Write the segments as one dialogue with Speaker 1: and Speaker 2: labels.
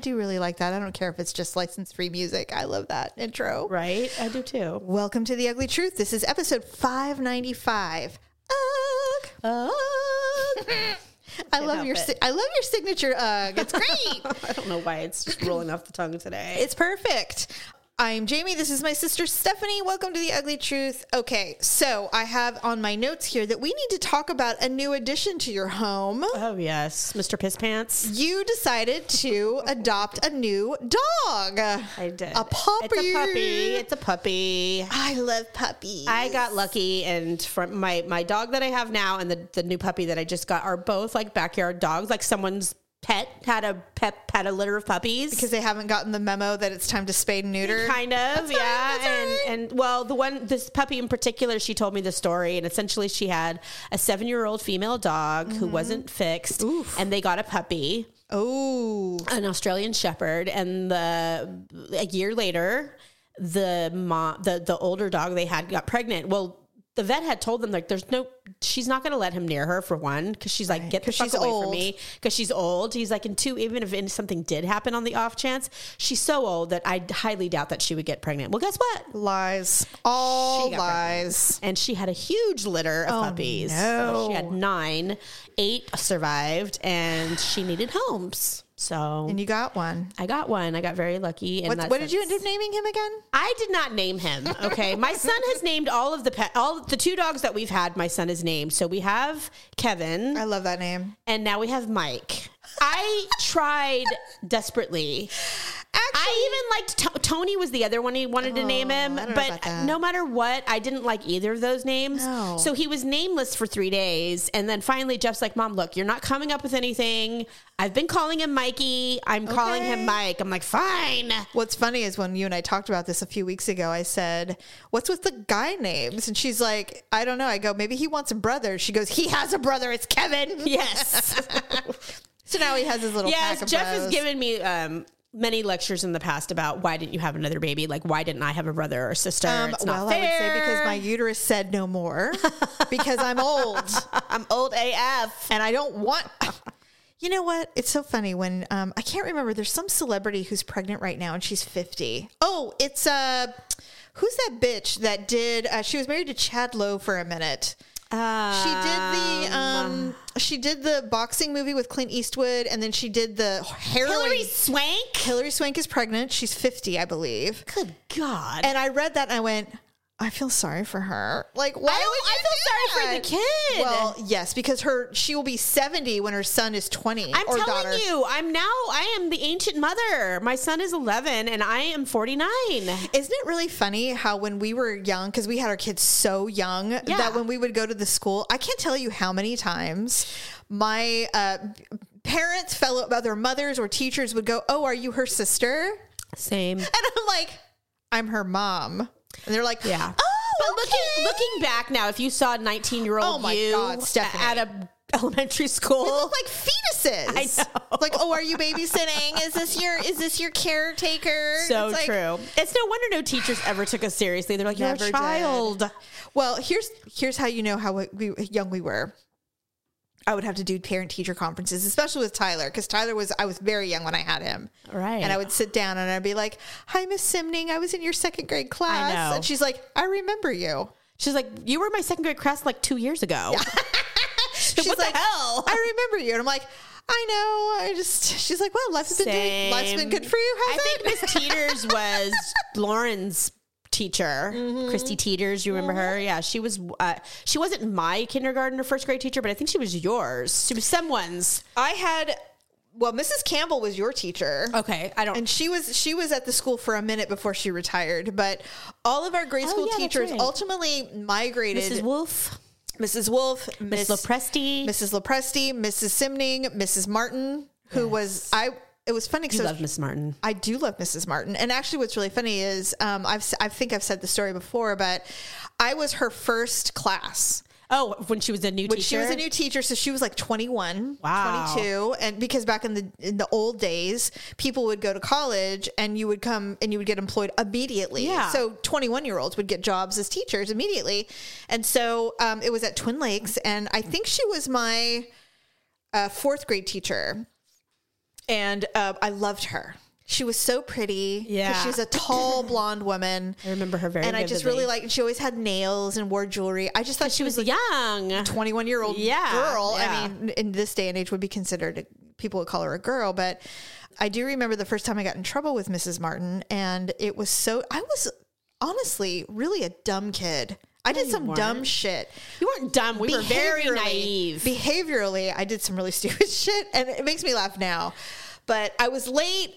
Speaker 1: do really like that. I don't care if it's just license free music. I love that intro.
Speaker 2: Right? I do too.
Speaker 1: Welcome to The Ugly Truth. This is episode 595. Ugh. Ugh. I love
Speaker 2: help
Speaker 1: your
Speaker 2: it.
Speaker 1: si- I love your signature ugh. It's great.
Speaker 2: I don't know why it's just rolling off the tongue today.
Speaker 1: It's perfect. I'm Jamie. This is my sister Stephanie. Welcome to The Ugly Truth. Okay, so I have on my notes here that we need to talk about a new addition to your home.
Speaker 2: Oh yes, Mr. Piss Pants.
Speaker 1: You decided to adopt a new dog.
Speaker 2: I did.
Speaker 1: A puppy.
Speaker 2: It's a puppy. It's a puppy.
Speaker 1: I love puppies.
Speaker 2: I got lucky, and from my my dog that I have now and the the new puppy that I just got are both like backyard dogs. Like someone's pet had a pet pet a litter of puppies.
Speaker 1: because they haven't gotten the memo that it's time to spay and neuter.
Speaker 2: kind of
Speaker 1: That's
Speaker 2: yeah
Speaker 1: alright, that's
Speaker 2: and and well the one this puppy in particular she told me the story and essentially she had a seven year old female dog who wasn't fixed and they got a puppy
Speaker 1: Oh,
Speaker 2: an australian shepherd and the a year later the mom the the older dog they had got pregnant well the vet had told them like there's no she's not going to let him near her for one because she's like get the
Speaker 1: 'cause
Speaker 2: fuck
Speaker 1: she's
Speaker 2: away
Speaker 1: old.
Speaker 2: from me because she's old he's like and two even if something did happen on the off chance she's so old that i highly doubt that she would get pregnant well guess what
Speaker 1: lies. All
Speaker 2: She got
Speaker 1: lies.
Speaker 2: and she had a huge litter of puppies.
Speaker 1: Oh, no.
Speaker 2: She had nine, eight survived, and she needed homes. So
Speaker 1: And you got one.
Speaker 2: I got one. I got very lucky. And
Speaker 1: What, what did you end up naming him again?
Speaker 2: I did not name him. Okay, my son has named all of the pet, all the two dogs that we've had. My son has named. So we have Kevin,
Speaker 1: I love that name.
Speaker 2: and now we have Mike. I tried desperately.
Speaker 1: Actually, Oh,
Speaker 2: I even liked to- Tony was the other one he wanted to name him,
Speaker 1: I don't know about
Speaker 2: but
Speaker 1: that.
Speaker 2: no matter what, I didn't like either of those names.
Speaker 1: No.
Speaker 2: So he was nameless for three days, and then finally Jeff's like, "Mom, look, you're not coming up with anything. I've been calling him Mikey. I'm calling
Speaker 1: Okay.
Speaker 2: him Mike. I'm like, fine."
Speaker 1: What's funny is when you and I talked about this a few weeks ago, I said, What's with the guy names? And she's like, I don't know. I go, Maybe he wants a brother. She goes, He has a brother. It's Kevin.
Speaker 2: Yes,
Speaker 1: So now he has his little pack
Speaker 2: yes.
Speaker 1: of
Speaker 2: Jeff
Speaker 1: bros.
Speaker 2: has given me. Um, Many lectures in the past about why didn't you have another baby? Like why didn't I have a brother or sister?
Speaker 1: Um,
Speaker 2: it's not
Speaker 1: well, I would say because my uterus said no more because I'm old.
Speaker 2: I'm old AF.
Speaker 1: and I don't want. You know what? It's so funny when um, I can't remember. There's some celebrity who's pregnant right now, and she's 50. Oh, it's uh, who's that bitch that did? Uh, she was married to Chad Lowe for a minute.
Speaker 2: Uh,
Speaker 1: She did the um, she did the boxing movie with Clint Eastwood, and then she did the heroin.
Speaker 2: Hillary Swank.
Speaker 1: Hillary Swank is pregnant. She's 50, I believe.
Speaker 2: Good God.
Speaker 1: And I read that, and I went. I feel sorry for her. Like,
Speaker 2: I,
Speaker 1: why? would
Speaker 2: don't- I
Speaker 1: you
Speaker 2: feel sorry
Speaker 1: do that?
Speaker 2: for the kid.
Speaker 1: Well, yes, because her she will be seventy when her son is twenty
Speaker 2: I'm
Speaker 1: or
Speaker 2: telling
Speaker 1: daughter.
Speaker 2: you, I'm now I am the ancient mother. My son is 11 and I am 49.
Speaker 1: Isn't it really funny how when we were young, because we had our kids so young, that when we would go to the school, I can't tell you how many times my uh, parents, fellow other mothers or teachers would go, "Oh, are you her sister?" And
Speaker 2: Same.
Speaker 1: I'm like, "I'm her mom," and they're like,
Speaker 2: Yeah.
Speaker 1: oh,
Speaker 2: But
Speaker 1: okay."
Speaker 2: looking looking back now, if you saw 19 year old
Speaker 1: Oh my
Speaker 2: you
Speaker 1: God, Stephanie.
Speaker 2: at a elementary
Speaker 1: We
Speaker 2: school,
Speaker 1: look like fetuses.
Speaker 2: I know.
Speaker 1: Like, oh, are you babysitting? Is this your is this your caretaker?
Speaker 2: so
Speaker 1: It's like,
Speaker 2: true. It's no wonder no teachers ever took us seriously. They're like, "You're
Speaker 1: Never
Speaker 2: a
Speaker 1: did.
Speaker 2: child."
Speaker 1: Well, here's here's how you know how we, young we were. I would have to do parent teacher conferences, especially with Tyler, because Tyler was I was very young when I had him.
Speaker 2: Right.
Speaker 1: And I would sit down and I'd be like, "Hi, Miss Simning, I was in your second grade class,"
Speaker 2: know.
Speaker 1: and she's like, "I remember you."
Speaker 2: She's like, "You were my second grade class like two years ago."
Speaker 1: She's
Speaker 2: what the
Speaker 1: like,
Speaker 2: hell?
Speaker 1: "I remember you," and I'm like. I know. I just she's like, well, life's been doing, life's been
Speaker 2: Same.
Speaker 1: good for you.
Speaker 2: I
Speaker 1: Has it?
Speaker 2: think Miss Teeters was Lauren's teacher,
Speaker 1: Mm-hmm.
Speaker 2: Christy Teeters. You remember her? Yeah, she was. Uh, she wasn't my kindergarten or first grade teacher, but I think she was yours. She was someone's.
Speaker 1: I had well, Mrs. Campbell was your teacher.
Speaker 2: Okay, I don't.
Speaker 1: And she was she was at the school for a minute before she retired, but all of our grade
Speaker 2: Oh,
Speaker 1: school
Speaker 2: yeah, that's
Speaker 1: teachers
Speaker 2: right.
Speaker 1: ultimately migrated.
Speaker 2: Mrs. Wolf,
Speaker 1: Mrs. Wolf,
Speaker 2: Miss Lopresti.
Speaker 1: Mrs. Lopresti, Mrs. Simning, Mrs. Martin, who was I. It was funny
Speaker 2: I
Speaker 1: because
Speaker 2: love Miss Martin.
Speaker 1: I do love Mrs. Martin. And actually, what's really funny is um, I've s- I think I've said the story before, but I was her first class.
Speaker 2: Oh, when she was a new
Speaker 1: But
Speaker 2: teacher.
Speaker 1: she was a new teacher, so she was like 21,
Speaker 2: Wow.
Speaker 1: 22. And because back in the in the old days, people would go to college and you would come and you would get employed immediately.
Speaker 2: Yeah.
Speaker 1: So 21 year olds would get jobs as teachers immediately. And so um, it was at Twin Lakes. And I think she was my uh, fourth grade teacher. and uh, I loved her. She was so pretty. 'cause
Speaker 2: Yeah.
Speaker 1: she's a tall blonde woman.
Speaker 2: I remember her very
Speaker 1: and I just
Speaker 2: vividly.
Speaker 1: really liked. And she always had nails and wore jewelry. I just thought she was like
Speaker 2: young.
Speaker 1: 21 year old
Speaker 2: Yeah,
Speaker 1: girl. I
Speaker 2: yeah.
Speaker 1: mean, in this day and age would be considered a, people would call her a girl, but I do remember the first time I got in trouble with Mrs. Martin and it was so I was honestly really a dumb kid. I did some dumb shit.
Speaker 2: You weren't dumb. We were very
Speaker 1: Behaviorally-
Speaker 2: naive.
Speaker 1: Behaviorally, I did some really stupid shit and it makes me laugh now. But I was late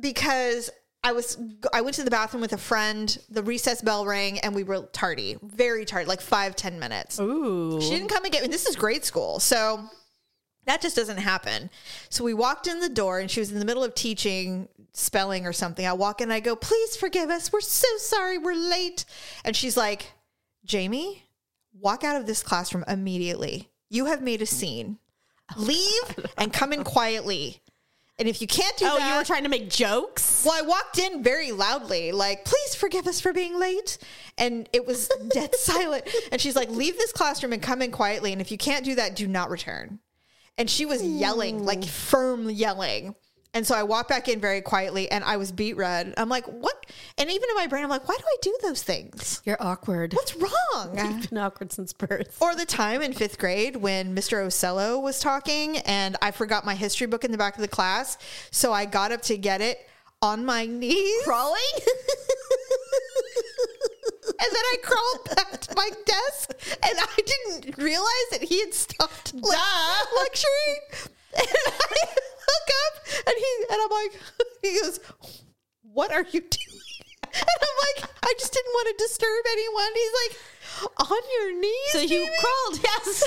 Speaker 1: because I was I went to the bathroom with a friend, the recess bell rang and we were tardy. Very tardy, like five, ten minutes.
Speaker 2: Ooh.
Speaker 1: She didn't come and get me. This is grade school. So that just doesn't happen. So we walked in the door and she was in the middle of teaching spelling or something. I walk in and I go, please forgive us. We're so sorry. We're late. And she's like, Jamie, walk out of this classroom immediately. You have made a scene. Leave and come in quietly. And if you can't do
Speaker 2: Oh,
Speaker 1: that,
Speaker 2: you were trying to make jokes?
Speaker 1: well, I walked in very loudly, like, please forgive us for being late. And it was dead silent. And she's like, leave this classroom and come in quietly. And if you can't do that, do not return. And she was yelling, like firm yelling. And so I walked back in very quietly and I was beat red. I'm like, what? And even in my brain, I'm like, why do I do those things?
Speaker 2: You're awkward.
Speaker 1: What's wrong?
Speaker 2: You've been awkward since birth.
Speaker 1: or the time in fifth grade when Mr. Ocello was talking and I forgot my history book in the back of the class. So I got up to get it on my knees. Crawling? and then I crawled back to my desk and I didn't realize that he had stopped le- lecturing. And I look up and he and I'm like he goes, What are you doing? And I'm like, I just didn't want to disturb anyone. He's like, on your knees.
Speaker 2: So you
Speaker 1: baby?"
Speaker 2: crawled, yes.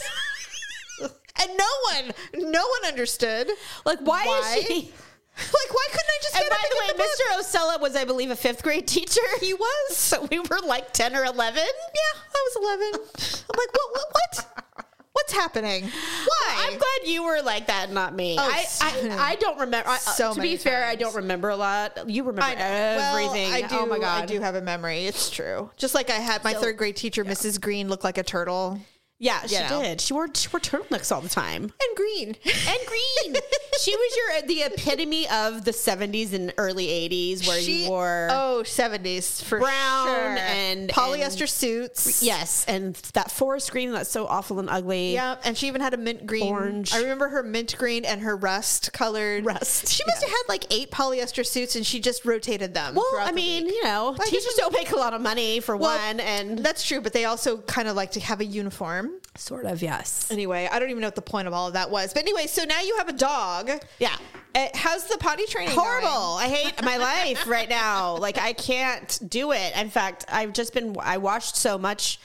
Speaker 1: and no one, no one understood.
Speaker 2: Like, why,
Speaker 1: Why?
Speaker 2: is she?
Speaker 1: Like, why couldn't I just?
Speaker 2: And
Speaker 1: get up
Speaker 2: by the
Speaker 1: get
Speaker 2: way, Mr.
Speaker 1: book?
Speaker 2: Osella was, I believe, a fifth grade teacher. He was. So we were like 10 or 11.
Speaker 1: yeah, I was eleven. I'm like, what, what, what, what's happening? Why?
Speaker 2: I'm glad you were like that, not me. I,
Speaker 1: so-
Speaker 2: I I don't remember. I, uh,
Speaker 1: So
Speaker 2: to
Speaker 1: many
Speaker 2: be fair, I don't remember a lot. You remember everything.
Speaker 1: Well, I do,
Speaker 2: oh my god.
Speaker 1: I do have a memory. It's true. Just like I had my
Speaker 2: So-
Speaker 1: third grade teacher, Mrs. Green, look like a turtle
Speaker 2: Yeah, she
Speaker 1: You know.
Speaker 2: did. She wore she wore turtlenecks all the time.
Speaker 1: and green.
Speaker 2: And green. she was your uh, the epitome of the 70s and early 80s where
Speaker 1: She
Speaker 2: you wore
Speaker 1: oh 70s for
Speaker 2: Brown
Speaker 1: sure.
Speaker 2: and-
Speaker 1: polyester suits.
Speaker 2: yes, and that forest green that's so awful and ugly.
Speaker 1: Yeah, and she even had a mint green.
Speaker 2: Orange.
Speaker 1: I remember her mint green and her rust colored.
Speaker 2: Rust,
Speaker 1: She must have had like eight polyester suits, and she just rotated them.
Speaker 2: Well,
Speaker 1: throughout
Speaker 2: I
Speaker 1: the
Speaker 2: mean,
Speaker 1: week.
Speaker 2: you know,
Speaker 1: guess
Speaker 2: teachers don't make a lot of money for
Speaker 1: Well,
Speaker 2: one and
Speaker 1: that's true, but they also kind of like to have a uniform.
Speaker 2: sort of yes.
Speaker 1: Anyway, I don't even know what the point of all of that was, but anyway, so now you have a dog.
Speaker 2: Yeah.
Speaker 1: Uh, how's the potty training?
Speaker 2: horrible. I hate my life right now. Like I can't do it. In fact, I've just been I washed so much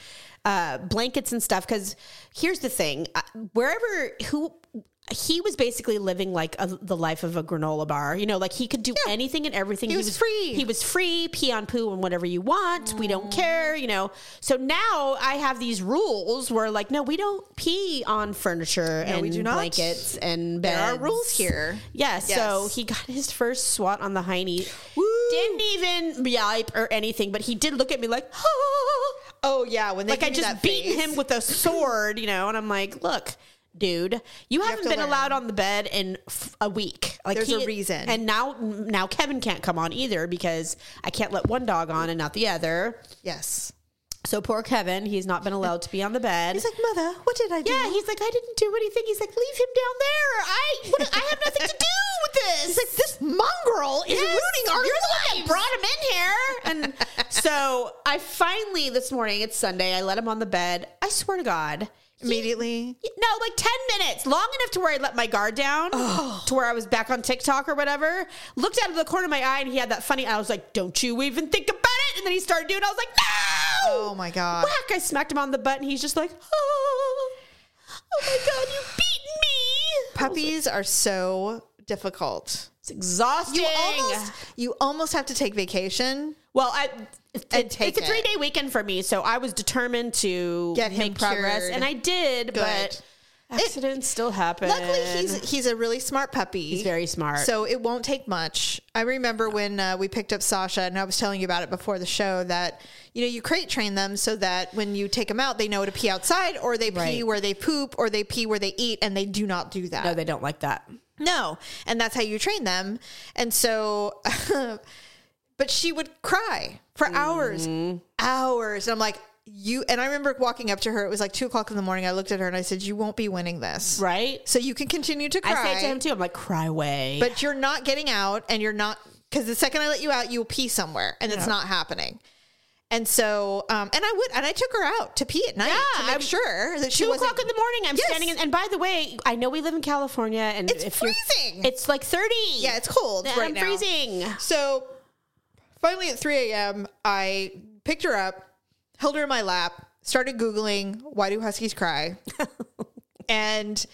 Speaker 2: uh, blankets and stuff because here's the thing: Uh, wherever who. He was basically living like a, the life of a granola bar. You know, like he could do anything and everything. He
Speaker 1: was free. Mm.
Speaker 2: He was free. Pee on poo and whatever you want. We don't care. You know. So now I have these rules where, like, no, we don't pee on furniture and
Speaker 1: we do not.
Speaker 2: blankets and beds.
Speaker 1: There are rules here.
Speaker 2: Yeah, so
Speaker 1: Yes.
Speaker 2: he got his first swat on the hiney.
Speaker 1: Woo.
Speaker 2: Didn't even yipe or anything, but he did look at me like,
Speaker 1: Oh yeah, when they
Speaker 2: like I
Speaker 1: give you
Speaker 2: just
Speaker 1: that
Speaker 2: beat
Speaker 1: face.
Speaker 2: him with a sword, you know. And I'm like, look, dude, you, haven't
Speaker 1: to
Speaker 2: been
Speaker 1: learn.
Speaker 2: allowed on the bed in f- a week. Like
Speaker 1: There's a reason.
Speaker 2: And now, now Kevin can't come on either because I can't let one dog on and not the other.
Speaker 1: Yes,
Speaker 2: So poor Kevin, he's not been allowed to be on the bed.
Speaker 1: he's like, mother, what did I do?
Speaker 2: yeah, he's like, I didn't do anything. He's like, leave him down there. I, what, I have nothing to do with this.
Speaker 1: He's like, this mongrel is
Speaker 2: Yes,
Speaker 1: ruining our
Speaker 2: you're the
Speaker 1: lives.
Speaker 2: one that brought him in here. And so I finally this morning, it's Sunday, I let him on the bed. I swear to God.
Speaker 1: Immediately,
Speaker 2: No, like 10 minutes, long enough to where I let my guard down, to where I was back on TikTok or whatever. Looked out of the corner of my eye and he had that funny I was like, Don't you even think about it? And then he started doing it. I was like, No!
Speaker 1: Oh, my God.
Speaker 2: Whack! I smacked him on the butt and he's just like, Oh, oh my God, you beat me.
Speaker 1: puppies are so difficult.
Speaker 2: It's exhausting.
Speaker 1: You almost, you almost have to take vacation.
Speaker 2: Well, I it's,
Speaker 1: And
Speaker 2: it's
Speaker 1: take
Speaker 2: a three
Speaker 1: it.
Speaker 2: day weekend for me, so I was determined to
Speaker 1: Get him
Speaker 2: make progress,
Speaker 1: cured.
Speaker 2: and I did. But accidents still happen.
Speaker 1: Luckily, he's he's a really smart puppy. He's
Speaker 2: very smart.
Speaker 1: so it won't take much. I remember when uh, we picked up Sasha, and I was telling you about it before the show that you know you crate train them so that when you take them out, they know to pee outside, or they pee
Speaker 2: Right.
Speaker 1: where they poop, or they pee where they eat, and they do not do that.
Speaker 2: no, they don't like that.
Speaker 1: No. And that's how you train them. And so, but she would cry for hours,
Speaker 2: Mm-hmm.
Speaker 1: hours. And I'm like, you, and I remember walking up to her. It was like two o'clock in the morning. I looked at her and I said, You won't be winning this.
Speaker 2: Right?
Speaker 1: So you can continue to cry.
Speaker 2: I say it to him too. I'm like, cry away.
Speaker 1: But you're not getting out and you're not because the second I let you out, you'll pee somewhere and it's not happening. And so, um, and I would, and I took her out to pee at night to
Speaker 2: Yeah,
Speaker 1: make
Speaker 2: I'm-
Speaker 1: sure that she
Speaker 2: two
Speaker 1: wasn't.
Speaker 2: o'clock in the morning. I'm
Speaker 1: Yes.
Speaker 2: standing. In, and by the way, I know we live in California, and
Speaker 1: It's
Speaker 2: you're-
Speaker 1: freezing.
Speaker 2: It's like thirty.
Speaker 1: yeah, it's cold
Speaker 2: And
Speaker 1: right
Speaker 2: I'm
Speaker 1: now.
Speaker 2: freezing.
Speaker 1: So finally at 3 a.m., I picked her up, held her in my lap, started Googling, why do huskies cry? and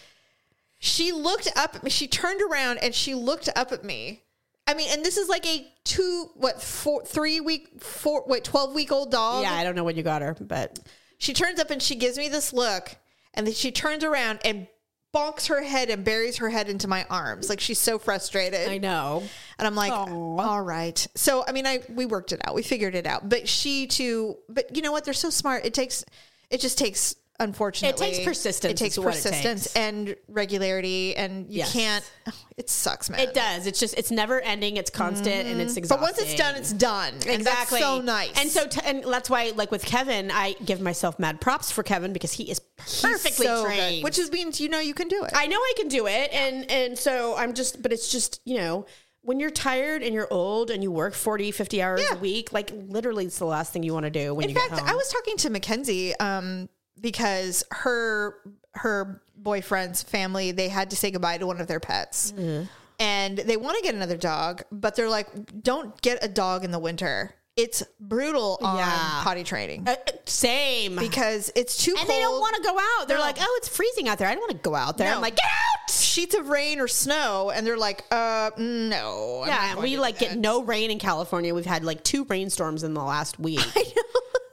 Speaker 1: she looked up at me, she turned around and she looked up at me. I mean, and this is like a two, what, four, three week, four, wait, 12 week old dog.
Speaker 2: Yeah, I don't know when you got her, but
Speaker 1: She turns up and she gives me this look, and then she turns around and bonks her head and buries her head into my arms. Like she's so frustrated.
Speaker 2: I know.
Speaker 1: And I'm like,
Speaker 2: Aw.
Speaker 1: all right. So I mean, I we worked it out. We figured it out. But she too. But you know what? They're so smart. It takes. It just takes. Unfortunately,
Speaker 2: persistence
Speaker 1: It takes
Speaker 2: is what it
Speaker 1: persistence
Speaker 2: takes.
Speaker 1: and regularity, and you
Speaker 2: Yes.
Speaker 1: can't. oh, It sucks, man.
Speaker 2: It does. It's just it's never ending. It's constant and it's
Speaker 1: Mm. but
Speaker 2: exhausting.
Speaker 1: once it's done, it's done. Exactly. And that's so nice.
Speaker 2: And so t- and that's why like with Kevin, I give myself mad props for Kevin because he is perfectly
Speaker 1: So good.
Speaker 2: trained.
Speaker 1: which is means you know you can do it.
Speaker 2: I know I can do it, and and so I'm just, but it's just you know when you're tired and you're old and you work 40 50 hours
Speaker 1: Yeah.
Speaker 2: a week like literally it's the last thing you want to do when
Speaker 1: In
Speaker 2: you
Speaker 1: fact,
Speaker 2: get home
Speaker 1: I was talking to Mackenzie um, because her her boyfriend's family they had to say goodbye to one of their pets,
Speaker 2: Mm-hmm.
Speaker 1: and they want to get another dog, but they're like, "Don't get a dog in the winter. It's brutal on
Speaker 2: Yeah.
Speaker 1: potty training
Speaker 2: Uh, uh, same
Speaker 1: because it's too
Speaker 2: and
Speaker 1: cold."
Speaker 2: they don't want to go out they're
Speaker 1: No.
Speaker 2: like oh it's freezing out there i don't want to go out there
Speaker 1: No.
Speaker 2: i'm like get out
Speaker 1: sheets of rain or snow, and they're like, "Uh, no." I'm not
Speaker 2: yeah
Speaker 1: going
Speaker 2: we
Speaker 1: to
Speaker 2: like
Speaker 1: do
Speaker 2: get no rain in california we've had like two rainstorms in the last week i know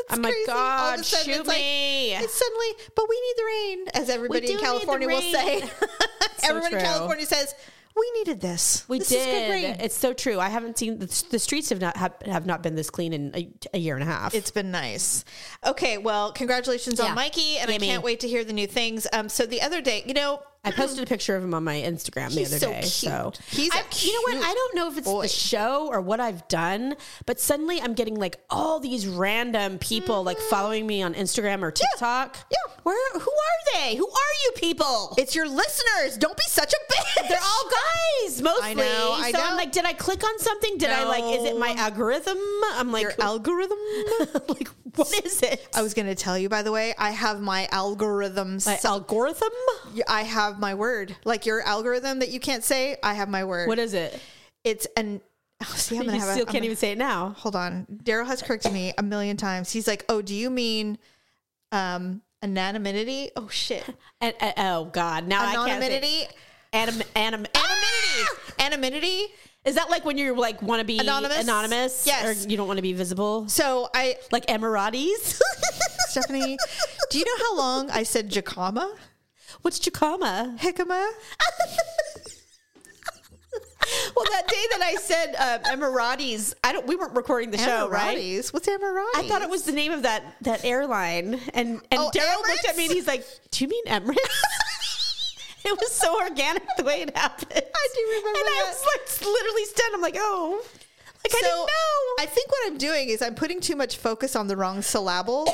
Speaker 2: i'm like
Speaker 1: crazy. All of a
Speaker 2: god
Speaker 1: sudden,
Speaker 2: shoot
Speaker 1: it's like-
Speaker 2: me
Speaker 1: that." It's suddenly, but we need the rain, as everybody
Speaker 2: do
Speaker 1: in
Speaker 2: need the
Speaker 1: California will
Speaker 2: rain.
Speaker 1: say. Everyone
Speaker 2: true.
Speaker 1: in California says we needed this.
Speaker 2: We
Speaker 1: this
Speaker 2: did.
Speaker 1: Is good rain.
Speaker 2: It's so true. I haven't seen the, the streets have not have, have not been this clean in a, a year and a half.
Speaker 1: It's been nice. Okay, well, congratulations
Speaker 2: Yeah.
Speaker 1: on Mikey, and I
Speaker 2: Yummy.
Speaker 1: can't wait to hear the new things. Um, so the other day, you know,
Speaker 2: I posted a picture of him on my Instagram the
Speaker 1: He's
Speaker 2: other
Speaker 1: so
Speaker 2: day.
Speaker 1: cute.
Speaker 2: So
Speaker 1: He's
Speaker 2: I,
Speaker 1: a
Speaker 2: you know what?
Speaker 1: cute
Speaker 2: I don't know if it's
Speaker 1: boy.
Speaker 2: the show or what I've done, but suddenly I'm getting like all these random people like following me on Instagram or TikTok.
Speaker 1: Mm-hmm. Yeah.
Speaker 2: Where? Who are they? Who are you people?
Speaker 1: it's your listeners. Don't be such a bitch.
Speaker 2: They're all guys mostly.
Speaker 1: I know, I
Speaker 2: so
Speaker 1: know.
Speaker 2: I'm like, did I click on something? Did I like? Is it my
Speaker 1: No.
Speaker 2: algorithm? I'm like,
Speaker 1: your algorithm.
Speaker 2: like what is it?
Speaker 1: I was going to tell you, by the way, I have my algorithms.
Speaker 2: my algorithm.
Speaker 1: I have my word, like your algorithm that you can't say. I have my word.
Speaker 2: What is it?
Speaker 1: It's an. Oh, see, I'm gonna
Speaker 2: You
Speaker 1: have.
Speaker 2: still
Speaker 1: a, I'm
Speaker 2: can't even say it now.
Speaker 1: hold on. Daryl has corrected me a million times. He's like, "Oh, do you mean um anonymity?" Oh shit,
Speaker 2: And, uh, oh God! Now
Speaker 1: anonymity,
Speaker 2: I can't. Say, it. anim, anim,
Speaker 1: anonymity, anonymity.
Speaker 2: Is that like when you're like want to be
Speaker 1: Anonymous?
Speaker 2: anonymous?
Speaker 1: Yes.
Speaker 2: Or you don't want to be visible?
Speaker 1: So I,
Speaker 2: Like Emiratis?
Speaker 1: Stephanie, do you know how long I said jacama,
Speaker 2: What's Jacama?
Speaker 1: jicama?
Speaker 2: Well, that day that I said uh, Emiratis, I don't. We weren't recording the show, right?
Speaker 1: Emiratis? What's Emiratis?
Speaker 2: I thought it was the name of that that airline, and and
Speaker 1: Oh,
Speaker 2: Daryl looked at me
Speaker 1: Emirates?
Speaker 2: and he's like, "Do you mean Emirates?" it was so organic the way it happened. I
Speaker 1: do remember
Speaker 2: And
Speaker 1: that.
Speaker 2: I was like, literally stunned. I'm like, "Oh, like I
Speaker 1: So,
Speaker 2: didn't know."
Speaker 1: I think what I'm doing is I'm putting too much focus on the wrong syllable.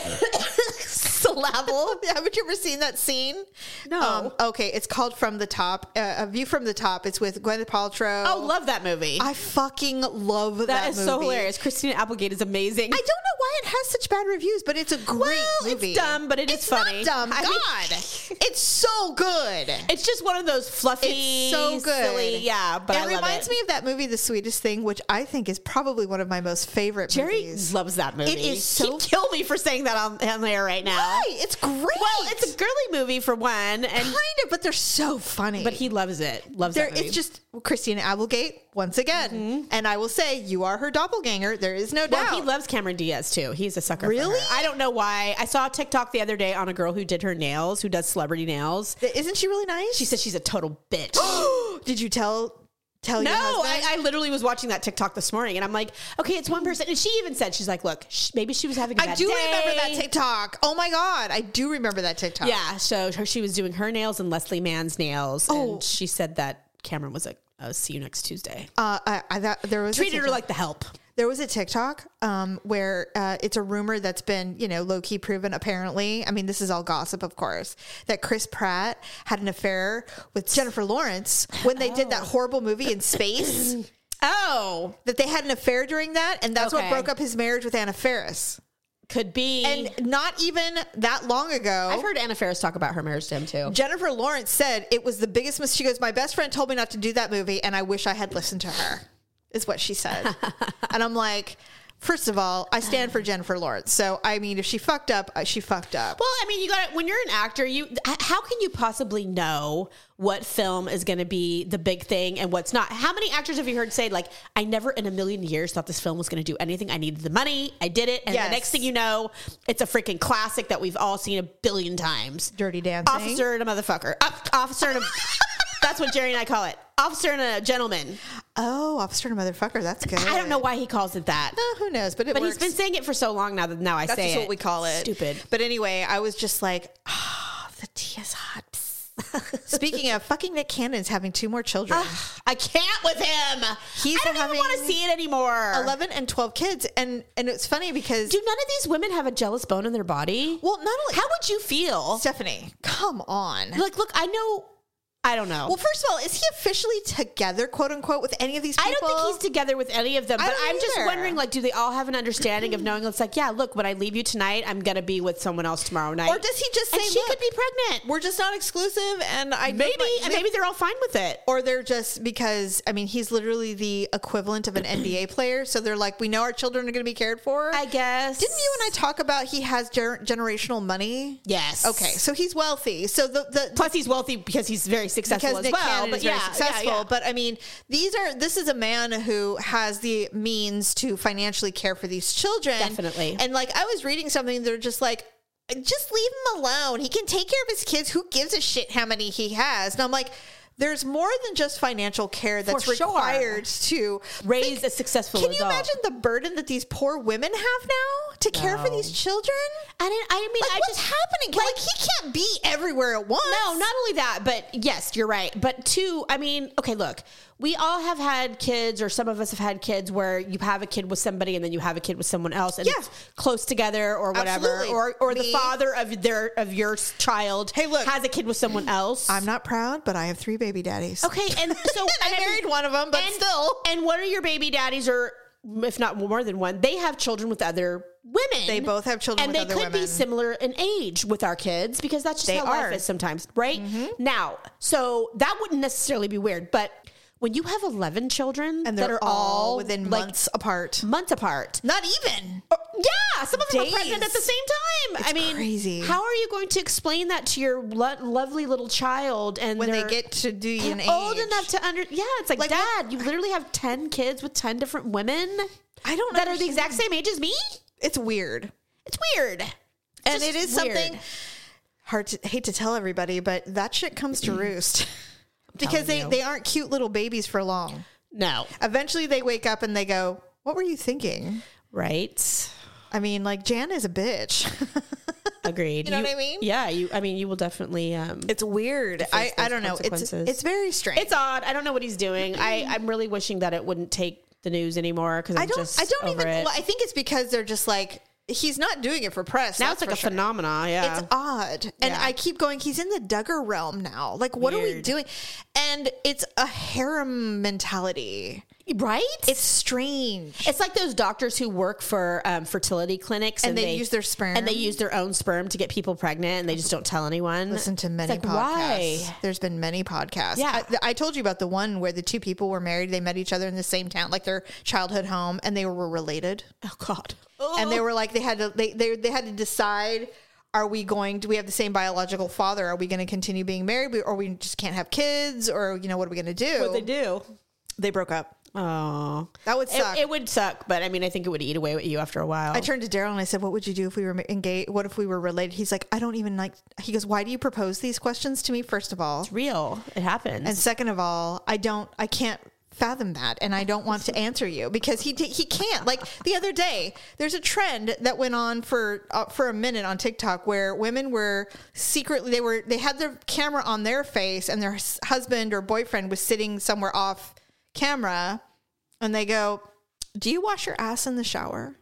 Speaker 1: syllable. Haven't you ever seen that scene? Um,
Speaker 2: No.
Speaker 1: okay, it's called From the Top. Uh, a View from the Top. It's with Gwyneth Paltrow.
Speaker 2: Oh, love that movie.
Speaker 1: I fucking love that.
Speaker 2: that is so
Speaker 1: movie.
Speaker 2: hilarious. Christina Applegate is amazing.
Speaker 1: I don't know why it has such bad reviews, but it's a great movie.
Speaker 2: It's dumb, but it's
Speaker 1: It's
Speaker 2: funny.
Speaker 1: not dumb.
Speaker 2: I mean,
Speaker 1: God, it's so good.
Speaker 2: it's just one of those fluffy,
Speaker 1: It's so good.
Speaker 2: silly. Yeah, but
Speaker 1: it
Speaker 2: I
Speaker 1: reminds me of that movie, The Sweetest Thing, which I think is probably one of my most favorite
Speaker 2: Jerry
Speaker 1: movies.
Speaker 2: loves that movie.
Speaker 1: It is so-
Speaker 2: He'd kill me for saying that on, on there right now.
Speaker 1: Why? It's great.
Speaker 2: Well, it's a girly movie for one, and
Speaker 1: kind of, but they're so funny.
Speaker 2: but he loves it. Loves
Speaker 1: there,
Speaker 2: that movie. Mm-hmm.
Speaker 1: it's just Christina Applegate once again, and I will say you are her doppelganger. There is no
Speaker 2: Well,
Speaker 1: doubt.
Speaker 2: he loves Cameron Diaz too. He's a sucker. for
Speaker 1: Really?
Speaker 2: her. I don't know why. I saw a TikTok the other day on a girl who did her nails, who does celebrity nails.
Speaker 1: Isn't she really nice?
Speaker 2: She says she's a total bitch.
Speaker 1: Did you tell tell
Speaker 2: No,
Speaker 1: your
Speaker 2: I,
Speaker 1: husband?
Speaker 2: I literally was watching that TikTok this morning, and I'm like, okay, it's one person, and she even said she's like, look, sh- maybe she was having. I
Speaker 1: I do remember that TikTok. Oh my god, I do remember that TikTok.
Speaker 2: Oh. Yeah, so her, she was doing her nails and Leslie Mann's nails, and she said that Cameron was like, uh, "See you next Tuesday."
Speaker 1: Uh, I, I that, there was a
Speaker 2: Treated her
Speaker 1: TikTok-
Speaker 2: like the help.
Speaker 1: there was a TikTok um, where uh, it's a rumor that's been you know low key proven. Apparently, I mean this is all gossip, of course, that Chris Pratt had an affair with Jennifer Lawrence when they did that horrible movie in space.
Speaker 2: Oh,
Speaker 1: that they had an affair during that, and that's
Speaker 2: Okay.
Speaker 1: what broke up his marriage with Anna Faris.
Speaker 2: could be.
Speaker 1: And not even that long ago,
Speaker 2: I've heard Anna Faris talk about her marriage to him too.
Speaker 1: Jennifer Lawrence said it was the biggest mistake. She goes, My best friend told me not to do that movie, and I wish I had listened to her, is what she said. and I'm like, First of all, I stand for Jennifer Lawrence. So, I mean, if she fucked up, uh, she fucked up.
Speaker 2: Well, I mean, you got to when you're an actor, you h- how can you possibly know what film is going to be the big thing and what's not? How many actors have you heard say like, "I never in a million years thought this film was going to do anything. I needed the money, I did it," and
Speaker 1: Yes.
Speaker 2: the next thing you know, it's a freaking classic that we've all seen a billion times.
Speaker 1: Dirty dancing.
Speaker 2: Officer and a motherfucker. Up- officer and a, that's what Jerry and I call it. Officer and a gentleman.
Speaker 1: Oh, officer and a motherfucker. That's good.
Speaker 2: I don't know why he calls it that,
Speaker 1: Oh, who knows? But it
Speaker 2: but
Speaker 1: works.
Speaker 2: he's been saying it for so long now that now I
Speaker 1: That's
Speaker 2: say
Speaker 1: just
Speaker 2: it.
Speaker 1: what we call it.
Speaker 2: Stupid.
Speaker 1: But anyway, I was just like, ah, the tea is hot. Speaking of, fucking Nick Cannon's having two more children.
Speaker 2: I can't with him.
Speaker 1: He's
Speaker 2: I don't even
Speaker 1: having
Speaker 2: want to see it anymore.
Speaker 1: 11 and 12 kids and and it's funny because
Speaker 2: Do none of these women have a jealous bone in their body?
Speaker 1: well not only
Speaker 2: How would you feel?
Speaker 1: stephanie come on
Speaker 2: Like, look, I know. I don't know.
Speaker 1: well first of all is he officially together quote unquote with any of these
Speaker 2: I
Speaker 1: people
Speaker 2: don't think he's together with any of them,
Speaker 1: I
Speaker 2: but
Speaker 1: don't
Speaker 2: I'm just
Speaker 1: either.
Speaker 2: wondering, like, do they all have an understanding of knowing? It's like, yeah, look, when I leave you tonight, I'm gonna be with someone else tomorrow night.
Speaker 1: or does he just say
Speaker 2: and she
Speaker 1: "Look,
Speaker 2: could be pregnant?
Speaker 1: we're just not exclusive and i
Speaker 2: Maybe, and maybe they're all fine with it.
Speaker 1: or they're just because i mean he's literally the equivalent of an nba player so they're like we know our children are going to be cared for
Speaker 2: I guess.
Speaker 1: didn't you and i talk about he has ger- generational money
Speaker 2: Yes.
Speaker 1: okay so he's wealthy so the the
Speaker 2: Plus, he's wealthy because he's very successful
Speaker 1: because
Speaker 2: as
Speaker 1: Nick
Speaker 2: well.
Speaker 1: Cannon
Speaker 2: but
Speaker 1: is very
Speaker 2: yeah, yeah,
Speaker 1: successful.
Speaker 2: yeah.
Speaker 1: But I mean, these are this is a man who has the means to financially care for these children.
Speaker 2: Definitely.
Speaker 1: And like I was reading something, they're just like, just leave him alone. He can take care of his kids. Who gives a shit how many he has? And I'm like, there's more than just financial care that's
Speaker 2: For sure.
Speaker 1: required to
Speaker 2: raise a successful.
Speaker 1: Can you
Speaker 2: adult.
Speaker 1: imagine the burden that these poor women have now to care for
Speaker 2: No.
Speaker 1: these children?
Speaker 2: I didn't. I mean,
Speaker 1: Like,
Speaker 2: I
Speaker 1: what's
Speaker 2: just
Speaker 1: happening? Like, he can't be everywhere at once.
Speaker 2: No, not only that, but yes, you're right. But two, I mean, okay, look, we all have had kids, or some of us have had kids where you have a kid with somebody and then you have a kid with someone else, and
Speaker 1: Yeah.
Speaker 2: it's close together or whatever,
Speaker 1: Absolutely.
Speaker 2: or or
Speaker 1: Me.
Speaker 2: the father of their of your s- child,
Speaker 1: Hey, look.
Speaker 2: has a kid with someone else.
Speaker 1: I'm not proud, but I have three baby daddies.
Speaker 2: okay, and so
Speaker 1: And I
Speaker 2: mean-
Speaker 1: married one of 'em, but
Speaker 2: and-
Speaker 1: still.
Speaker 2: and what are your baby daddies or if not more than one? They have children with other women.
Speaker 1: They both have children
Speaker 2: and
Speaker 1: with
Speaker 2: they
Speaker 1: other
Speaker 2: could be
Speaker 1: women.
Speaker 2: similar in age with our kids because that's just
Speaker 1: They
Speaker 2: how
Speaker 1: are. Mm-hmm.
Speaker 2: life is sometimes, right? Now, so that wouldn't necessarily be weird, but when you have eleven children
Speaker 1: and
Speaker 2: that
Speaker 1: they're
Speaker 2: are
Speaker 1: all,
Speaker 2: all
Speaker 1: within
Speaker 2: like,
Speaker 1: months apart.
Speaker 2: months apart, Oh,
Speaker 1: Not even.
Speaker 2: yeah, some of them
Speaker 1: Days.
Speaker 2: are pregnant at the same time. I mean,
Speaker 1: crazy.
Speaker 2: How are you going to explain that to your lo- lovely little child and
Speaker 1: When they
Speaker 2: they're
Speaker 1: get to do an age.
Speaker 2: old enough to under? Yeah, it's like,
Speaker 1: Like, what-
Speaker 2: Dad, you literally have ten kids with ten different women
Speaker 1: I don't
Speaker 2: that are the exact same age as me.
Speaker 1: It's weird.
Speaker 2: It's weird,
Speaker 1: And
Speaker 2: Just
Speaker 1: it is
Speaker 2: weird.
Speaker 1: something hard to hate to tell everybody, but that shit comes to roost. because
Speaker 2: Mm. telling
Speaker 1: they,
Speaker 2: you.
Speaker 1: they aren't cute little babies for long.
Speaker 2: No,
Speaker 1: Eventually they wake up and they go, What were you thinking?
Speaker 2: right?
Speaker 1: I mean, like Jan is a bitch.
Speaker 2: Agreed.
Speaker 1: You know what I mean?
Speaker 2: Yeah, you. I mean, you will definitely. Um,
Speaker 1: It's weird. I, I don't know. It's
Speaker 2: consequences.
Speaker 1: it's very strange.
Speaker 2: it's odd. I don't know what he's doing. I I'm really wishing that it wouldn't take the news anymore because
Speaker 1: Mm. I don't.
Speaker 2: Just
Speaker 1: I don't
Speaker 2: over
Speaker 1: even.
Speaker 2: It.
Speaker 1: Well, I think it's because they're just like he's not doing it for press.
Speaker 2: now it's like a
Speaker 1: phenomenon.
Speaker 2: phenomenon. Yeah.
Speaker 1: It's odd, and
Speaker 2: Yeah.
Speaker 1: I keep going. He's in the Duggar realm now. Like, what are we
Speaker 2: Weird.
Speaker 1: doing? And it's a harem mentality.
Speaker 2: right. It's
Speaker 1: It's strange.
Speaker 2: it's like those doctors who work for um, fertility clinics and,
Speaker 1: they use their sperm.
Speaker 2: and they use their own sperm to get people pregnant and they just don't tell anyone.
Speaker 1: Listen to
Speaker 2: It's
Speaker 1: many
Speaker 2: like,
Speaker 1: podcasts.
Speaker 2: Why?
Speaker 1: There's been many podcasts.
Speaker 2: Yeah.
Speaker 1: I, th- I told you about the one where the two people were married. They met each other in the same town, like their childhood home, and they were related.
Speaker 2: Oh God.
Speaker 1: and they were like they had to they, they they had to decide are we going do we have the same biological father are we going to continue being married or we just can't have kids or you know what are we going to do
Speaker 2: what they do.
Speaker 1: They broke up
Speaker 2: Oh,
Speaker 1: that would suck
Speaker 2: it, it would suck, but I mean, I think it would eat away at you after a while.
Speaker 1: I turned to Daryl and I said, "What would you do if we were engaged? What if we were related?" He's like, "I don't even like." He goes, "Why do you propose these questions to me? First of all,
Speaker 2: real. It happens.
Speaker 1: and second of all, I don't. I can't fathom that and I don't want to answer you because he t- he can't. Like the other day, there's a trend that went on for uh, for a minute on TikTok where women were secretly they were they had their camera on their face and their s- husband or boyfriend was sitting somewhere off camera and they go, "Do you wash your ass in the shower?"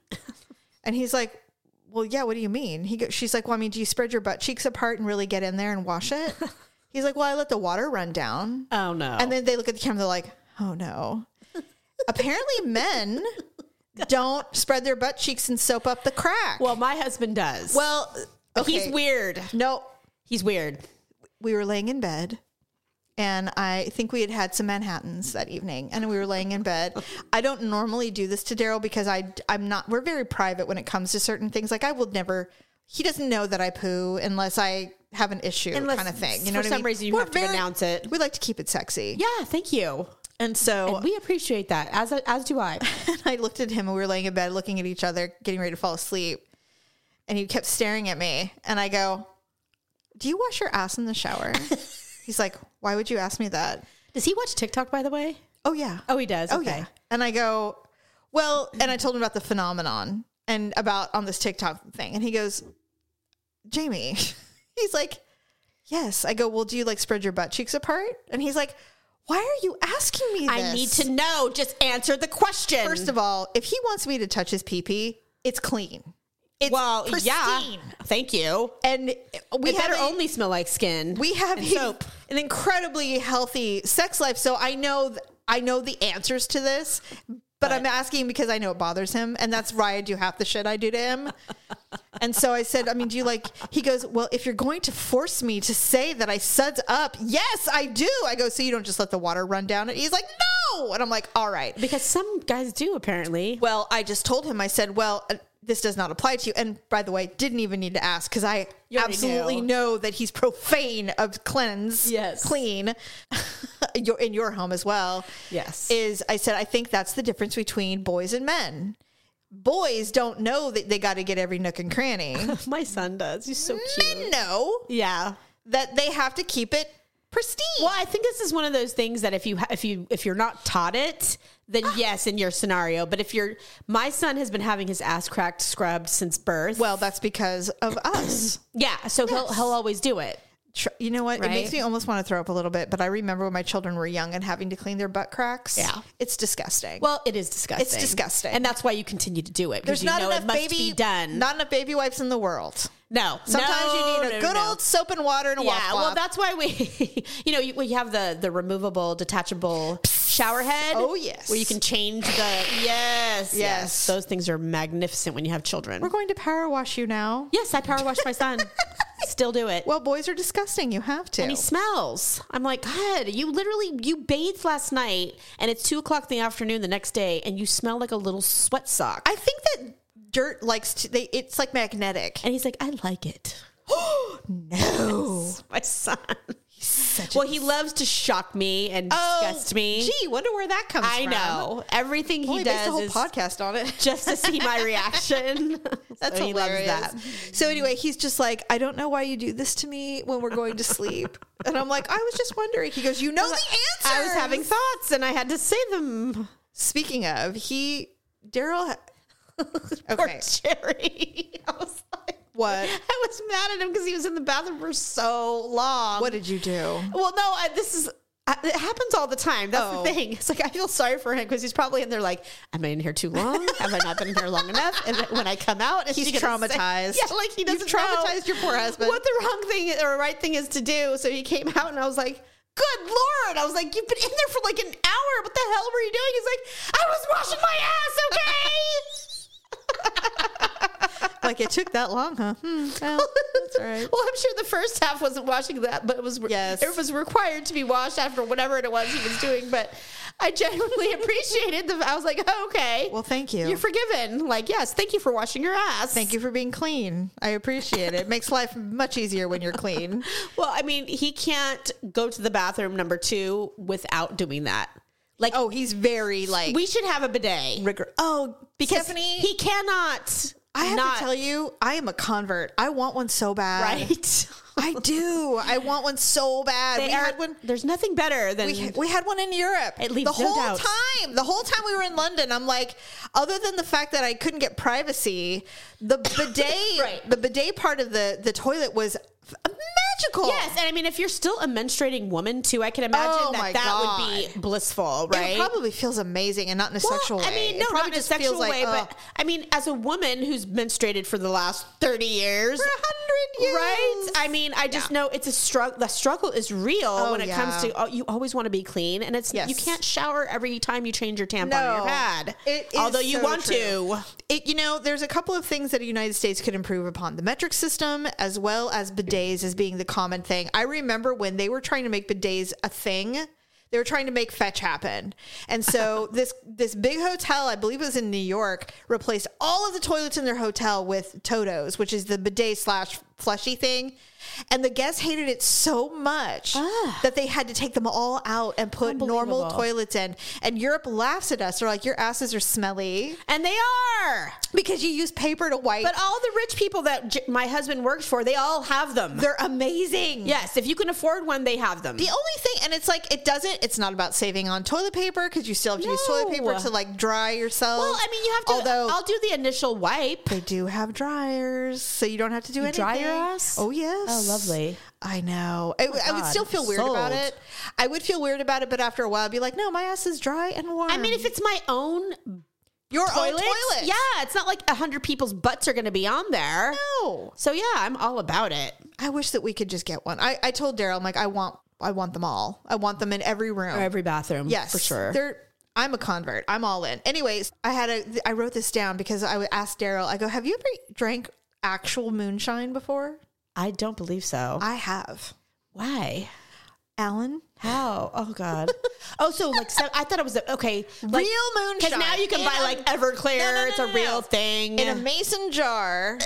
Speaker 1: and he's like, "Well, yeah, what do you mean?" He go, she's like, "Well, I mean, do you spread your butt cheeks apart and really get in there and wash it?" He's like, "Well, I let the water run down."
Speaker 2: Oh no.
Speaker 1: And then they look at the camera, they're like, oh no. Apparently, men don't spread their butt cheeks and soap up the crack.
Speaker 2: well, my husband does.
Speaker 1: well okay.
Speaker 2: he's weird.
Speaker 1: No,
Speaker 2: He's weird.
Speaker 1: we were laying in bed. And I think we had had some Manhattans that evening, and we were laying in bed. I don't normally do this to Daryl because I I'm not. We're very private when it comes to certain things. Like I will never. He doesn't know that I poo unless I have an issue,
Speaker 2: Unless
Speaker 1: kind of thing. You
Speaker 2: for
Speaker 1: know, what I
Speaker 2: some
Speaker 1: mean?
Speaker 2: reason you have to announce it.
Speaker 1: We like to keep it sexy,
Speaker 2: Yeah. Thank you.
Speaker 1: and so
Speaker 2: We appreciate that. As as do I.
Speaker 1: And I looked at him and we were laying in bed looking at each other, getting ready to fall asleep. And he kept staring at me. And I go, Do you wash your ass in the shower? He's like, Why would you ask me that?
Speaker 2: Does he watch TikTok by the way?
Speaker 1: Oh, yeah.
Speaker 2: Oh, he does.
Speaker 1: Oh,
Speaker 2: okay.
Speaker 1: yeah. And I go, Well, and I told him about the phenomenon and about on this TikTok thing. And he goes, Jamie. He's like, Yes. I go, Well, do you like spread your butt cheeks apart? And he's like, Why are you asking me this?
Speaker 2: I need to know. Just answer the question.
Speaker 1: First of all, if he wants me to touch his pee pee, it's clean. It's
Speaker 2: well, yeah.
Speaker 1: pristine.
Speaker 2: Thank you.
Speaker 1: And we
Speaker 2: It
Speaker 1: have
Speaker 2: better
Speaker 1: a-
Speaker 2: only smell like skin.
Speaker 1: we have
Speaker 2: and
Speaker 1: a-
Speaker 2: soap.
Speaker 1: an incredibly healthy sex life, so I know th- I know the answers to this. But, I'm asking because I know it bothers him, and that's why I do half the shit I do to him. and so I said, I mean, do you like? He goes, Well, if you're going to force me to say that I suds up, yes, I do. I go, So you don't just let the water run down? it?" He's like, No. And I'm like, All right.
Speaker 2: because some guys do apparently.
Speaker 1: Well, I just told him, I said, well, uh, this does not apply to you. And by the way, didn't even need to ask because I
Speaker 2: already
Speaker 1: absolutely
Speaker 2: knew.
Speaker 1: know that he's profane of cleanse,
Speaker 2: Yes.
Speaker 1: clean, your, in your home as well.
Speaker 2: Yes.
Speaker 1: Is I said, I think that's the difference between boys and men. Boys don't know that they got to get every nook and cranny.
Speaker 2: My son does. He's so cute.
Speaker 1: men know
Speaker 2: Yeah.
Speaker 1: that they have to keep it pristine.
Speaker 2: Well, I think this is one of those things that if you ha- if you if you're not taught it, then
Speaker 1: Ah.
Speaker 2: yes, in your scenario. But if you're, my son has been having his ass cracked scrubbed since birth.
Speaker 1: Well, that's because of us.
Speaker 2: yeah, so he'll he'll always do it.
Speaker 1: tr- you know what? It makes
Speaker 2: Right?
Speaker 1: me almost want to throw up a little bit, but I remember when my children were young and having to clean their butt cracks.
Speaker 2: Yeah.
Speaker 1: It's disgusting.
Speaker 2: Well, it is disgusting.
Speaker 1: It's disgusting.
Speaker 2: and that's why you continue to do it. because
Speaker 1: there's
Speaker 2: you
Speaker 1: not
Speaker 2: know
Speaker 1: enough
Speaker 2: it must
Speaker 1: baby
Speaker 2: be done.
Speaker 1: Not enough baby wipes in the world.
Speaker 2: no, No,
Speaker 1: Sometimes you need a
Speaker 2: no,
Speaker 1: good
Speaker 2: no.
Speaker 1: old soap and water and a
Speaker 2: Yeah,
Speaker 1: wop
Speaker 2: well,
Speaker 1: wop.
Speaker 2: that's why we, you know, you, we have the the removable, detachable shower head.
Speaker 1: Oh, yes.
Speaker 2: where you can change the yes, yes,
Speaker 1: Yes.
Speaker 2: Those things are magnificent when you have children.
Speaker 1: We're going to power wash you now.
Speaker 2: Yes, I power washed my son. Still do it.
Speaker 1: Well, boys are disgusting. You have to.
Speaker 2: and he smells. I'm like, God, you literally you bathed last night, and it's two o'clock in the afternoon the next day, and you smell like a little sweat sock.
Speaker 1: I think that dirt likes to. They, it's like magnetic.
Speaker 2: and he's like, I like it.
Speaker 1: No.
Speaker 2: My son. well, he loves to shock me and disgust me.
Speaker 1: Oh, Gee, wonder where that comes
Speaker 2: I
Speaker 1: from.
Speaker 2: know everything he
Speaker 1: Well, He
Speaker 2: does
Speaker 1: does a whole
Speaker 2: is
Speaker 1: podcast on it.
Speaker 2: just to see my reaction.
Speaker 1: That's
Speaker 2: So
Speaker 1: hilarious. So anyway, he's just like, I don't know why you do this to me when we're going to sleep. and I'm like, I was just wondering. He goes, You know the answer.
Speaker 2: I was having thoughts, and I had to say them.
Speaker 1: Speaking of, he Daryl. ha-
Speaker 2: Poor
Speaker 1: Okay,
Speaker 2: Jerry. I was like,
Speaker 1: what?
Speaker 2: I was mad at him because he was in the bathroom for so long.
Speaker 1: What did you do?
Speaker 2: Well, no, I, this is. I, it happens all the time. That's
Speaker 1: Oh.
Speaker 2: the thing. It's like I feel sorry for him because he's probably in there like, "Am I in here too long? Have I not been here long enough?" And then when I come out, is
Speaker 1: He's
Speaker 2: he gonna say-
Speaker 1: traumatized.
Speaker 2: yeah, like he
Speaker 1: You've
Speaker 2: doesn't
Speaker 1: traumatized
Speaker 2: know
Speaker 1: your poor husband.
Speaker 2: What the wrong thing or right thing is to do. So he came out, and I was like, "Good lord!" I was like, "You've been in there for like an hour. What the hell were you doing?" He's like, "I was washing my ass." Okay.
Speaker 1: like it took that long, huh? Hmm, well, that's all right.
Speaker 2: Well, I'm sure the first half wasn't washing that, but it was
Speaker 1: Yes.
Speaker 2: it was required to be washed after whatever it was he was doing. But I genuinely appreciated the. I was like, oh, okay,
Speaker 1: Well, thank you.
Speaker 2: you're forgiven. Like, yes, thank you for washing your ass.
Speaker 1: Thank you for being clean. I appreciate it. Makes life much easier when you're clean.
Speaker 2: Well, I mean, he can't go to the bathroom number two without doing that. Like,
Speaker 1: Oh, he's very like
Speaker 2: we should have a bidet
Speaker 1: rigor. Oh,
Speaker 2: because
Speaker 1: Stephanie,
Speaker 2: he cannot.
Speaker 1: I have
Speaker 2: not,
Speaker 1: to tell you, I am a convert. I want one so bad.
Speaker 2: right.
Speaker 1: I do. I want one so bad.
Speaker 2: They
Speaker 1: we
Speaker 2: are-
Speaker 1: had one.
Speaker 2: There's nothing better than
Speaker 1: We, we had one in Europe.
Speaker 2: It leaves
Speaker 1: the
Speaker 2: no
Speaker 1: whole
Speaker 2: doubt.
Speaker 1: time. The whole time we were in London, I'm like, other than the fact that I couldn't get privacy, the bidet,
Speaker 2: Right.
Speaker 1: the bidet part of the the toilet was f- magical.
Speaker 2: Yes, and I mean, if you're still a menstruating woman too, I can imagine
Speaker 1: Oh my
Speaker 2: that that would be blissful, right?
Speaker 1: It probably feels amazing and not in a sexual way.
Speaker 2: I mean,
Speaker 1: It
Speaker 2: no,
Speaker 1: probably
Speaker 2: not in a
Speaker 1: just feels
Speaker 2: sexual
Speaker 1: like, oh,
Speaker 2: way,
Speaker 1: ugh.
Speaker 2: but I mean, as a woman who's menstruated for the last thirty years,
Speaker 1: For 100 years.
Speaker 2: right? I mean, I just know it's a struggle. The struggle is real when it
Speaker 1: yeah.
Speaker 2: comes to oh, you always want to be clean, and it's you
Speaker 1: Yes.
Speaker 2: can't shower every time you change your tampon
Speaker 1: No.
Speaker 2: or your pad,
Speaker 1: It is
Speaker 2: although you
Speaker 1: so
Speaker 2: want
Speaker 1: true.
Speaker 2: to.
Speaker 1: It, you know, there's a couple of things that the United States could improve upon the metric system, as well as bidets as being the common thing. I remember when they were trying to make bidets a thing. They were trying to make fetch happen, and so this this big hotel, I believe it was in New York, replaced all of the toilets in their hotel with Totos, which is the bidet slash flushy thing, and the guests hated it so much that they had to take them all out and put normal
Speaker 2: Unbelievable.
Speaker 1: toilets in. And Europe laughs at us. They're like, "Your asses are smelly."
Speaker 2: And they are,
Speaker 1: because you use paper to wipe.
Speaker 2: but all the rich people that j- my husband works for, they all have them.
Speaker 1: they're amazing.
Speaker 2: yes, if you can afford one, they have them.
Speaker 1: The only thing, and it's like it doesn't. It's not about saving on toilet paper because you still have to use toilet paper
Speaker 2: No.
Speaker 1: to like dry yourself.
Speaker 2: Well, I mean, you have to.
Speaker 1: Although
Speaker 2: I'll do the initial wipe.
Speaker 1: they do have dryers, so you don't have to do anything.
Speaker 2: dry your ass?
Speaker 1: Oh yes.
Speaker 2: Oh, lovely. Oh
Speaker 1: I know. I, I would
Speaker 2: God.
Speaker 1: still feel weird about
Speaker 2: Sold.
Speaker 1: it. I would feel weird about it, but after a while, I'd be like, no, my ass is dry and warm.
Speaker 2: I mean, if it's my own
Speaker 1: your
Speaker 2: Oh, toilet,
Speaker 1: own toilet,
Speaker 2: yeah, it's not like a hundred people's butts are going to be on there.
Speaker 1: No.
Speaker 2: So yeah, I'm all about it.
Speaker 1: I wish that we could just get one. I, I told Daryl, I'm like, I want, I want them all. I want them in every room.
Speaker 2: Every bathroom,
Speaker 1: Yes,
Speaker 2: for sure.
Speaker 1: They're, I'm a convert. I'm all in. Anyways, I had a. I wrote this down because I would ask Daryl. I go, "Have you ever drank actual moonshine before?"
Speaker 2: I don't believe so.
Speaker 1: I have.
Speaker 2: Why?
Speaker 1: Alan,
Speaker 2: How? Oh God. oh, so like so, I thought it was a, okay. Like,
Speaker 1: real moonshine.
Speaker 2: because now you can
Speaker 1: in
Speaker 2: buy
Speaker 1: a-
Speaker 2: like Everclear.
Speaker 1: No, no, no,
Speaker 2: it's a
Speaker 1: no,
Speaker 2: real
Speaker 1: no.
Speaker 2: thing.
Speaker 1: in a mason jar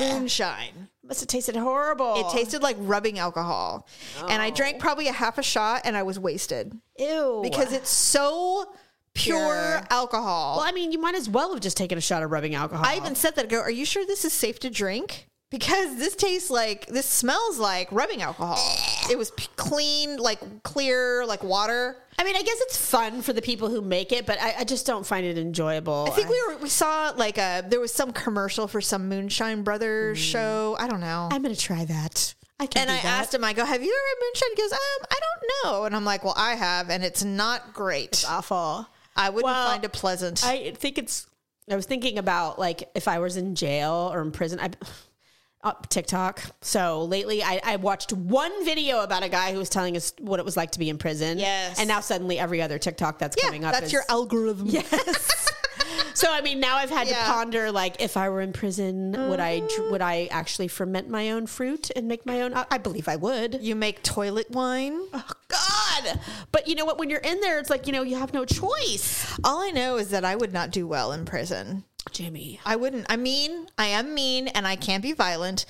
Speaker 1: moonshine.
Speaker 2: Must have tasted horrible.
Speaker 1: It tasted like rubbing alcohol, and I drank probably a half a shot, and I was wasted
Speaker 2: ew
Speaker 1: because it's so pure,
Speaker 2: Pure.
Speaker 1: alcohol.
Speaker 2: Well, I mean, you might as well have just taken a shot of rubbing alcohol.
Speaker 1: I even said that. I go, are you sure this is safe to drink? Because this tastes like, this smells like rubbing alcohol. it was p- clean, like clear, like water.
Speaker 2: I mean, I guess it's fun for the people who make it, but I, I just don't find it enjoyable.
Speaker 1: I think we were, we saw like a, there was some commercial for some Moonshine Brothers
Speaker 2: Mm.
Speaker 1: show. I don't know.
Speaker 2: I'm going to try that. I can.
Speaker 1: and I asked him, I go, have you ever had moonshine? He goes, um, I don't know. And I'm like, well, I have, and it's not great.
Speaker 2: awful.
Speaker 1: I wouldn't
Speaker 2: well,
Speaker 1: find it pleasant.
Speaker 2: I think it's. I was thinking about like if I was in jail or in prison. I up TikTok. So lately, I, I watched one video about a guy who was telling us what it was like to be in prison.
Speaker 1: Yes.
Speaker 2: and now suddenly every other TikTok that's
Speaker 1: yeah,
Speaker 2: coming up.
Speaker 1: that's
Speaker 2: is,
Speaker 1: your algorithm.
Speaker 2: Yes. so I mean, now I've had
Speaker 1: Yeah. Mm-hmm.
Speaker 2: to ponder like, if I were in prison, would I dr- would I actually ferment my own fruit and make my own? I I believe I would.
Speaker 1: You make toilet wine.
Speaker 2: God, but you know what? When you're in there, it's like you know you have no choice.
Speaker 1: All I know is that I would not do well in prison.
Speaker 2: Jimmy,
Speaker 1: I wouldn't. I mean, I am mean and I can be violent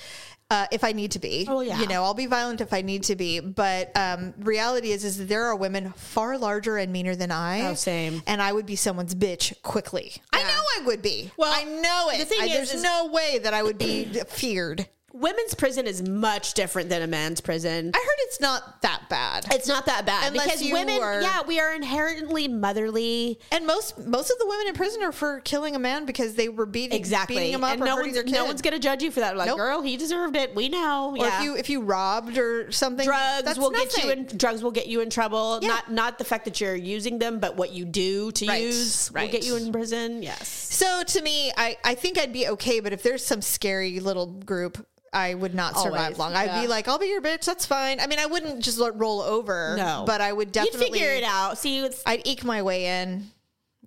Speaker 1: uh, if I need to be.
Speaker 2: Oh, yeah.
Speaker 1: You know, I'll be violent if I need to be. But um, reality is, is that there are women far larger and meaner than I.
Speaker 2: Oh, same.
Speaker 1: And I would be someone's bitch quickly. I
Speaker 2: Yeah.
Speaker 1: know I would be.
Speaker 2: Well,
Speaker 1: I know it.
Speaker 2: the thing
Speaker 1: I-
Speaker 2: is-
Speaker 1: there's
Speaker 2: is-
Speaker 1: no way that I would be feared.
Speaker 2: women's prison is much different than a man's prison.
Speaker 1: I heard it's not that bad.
Speaker 2: It's not that bad
Speaker 1: Unless
Speaker 2: because
Speaker 1: you
Speaker 2: women,
Speaker 1: are-
Speaker 2: yeah, we are inherently motherly.
Speaker 1: And most most of the women in prison are for killing a man because they were beating
Speaker 2: Exactly,
Speaker 1: beating him up
Speaker 2: and
Speaker 1: or
Speaker 2: no
Speaker 1: hurting
Speaker 2: one's
Speaker 1: their kid.
Speaker 2: no one's gonna judge you for that. Like,
Speaker 1: Nope.
Speaker 2: girl, he deserved it. We know.
Speaker 1: or
Speaker 2: yeah.
Speaker 1: if you if you robbed or something,
Speaker 2: drugs
Speaker 1: that's
Speaker 2: will get you
Speaker 1: nothing.
Speaker 2: in drugs will get you in trouble.
Speaker 1: Yeah.
Speaker 2: Not not the fact that you're using them, but what you do to
Speaker 1: Right,
Speaker 2: use will
Speaker 1: right.
Speaker 2: get you in prison. Yes.
Speaker 1: So to me, I, I think I'd be okay, but if there's some scary little group, I would not survive
Speaker 2: Always,
Speaker 1: long. I'd
Speaker 2: yeah.
Speaker 1: be like, I'll be your bitch. That's fine. I mean, I wouldn't just let roll over.
Speaker 2: No.
Speaker 1: but I would definitely
Speaker 2: You'd figure it out. See, it's,
Speaker 1: I'd eke my way in.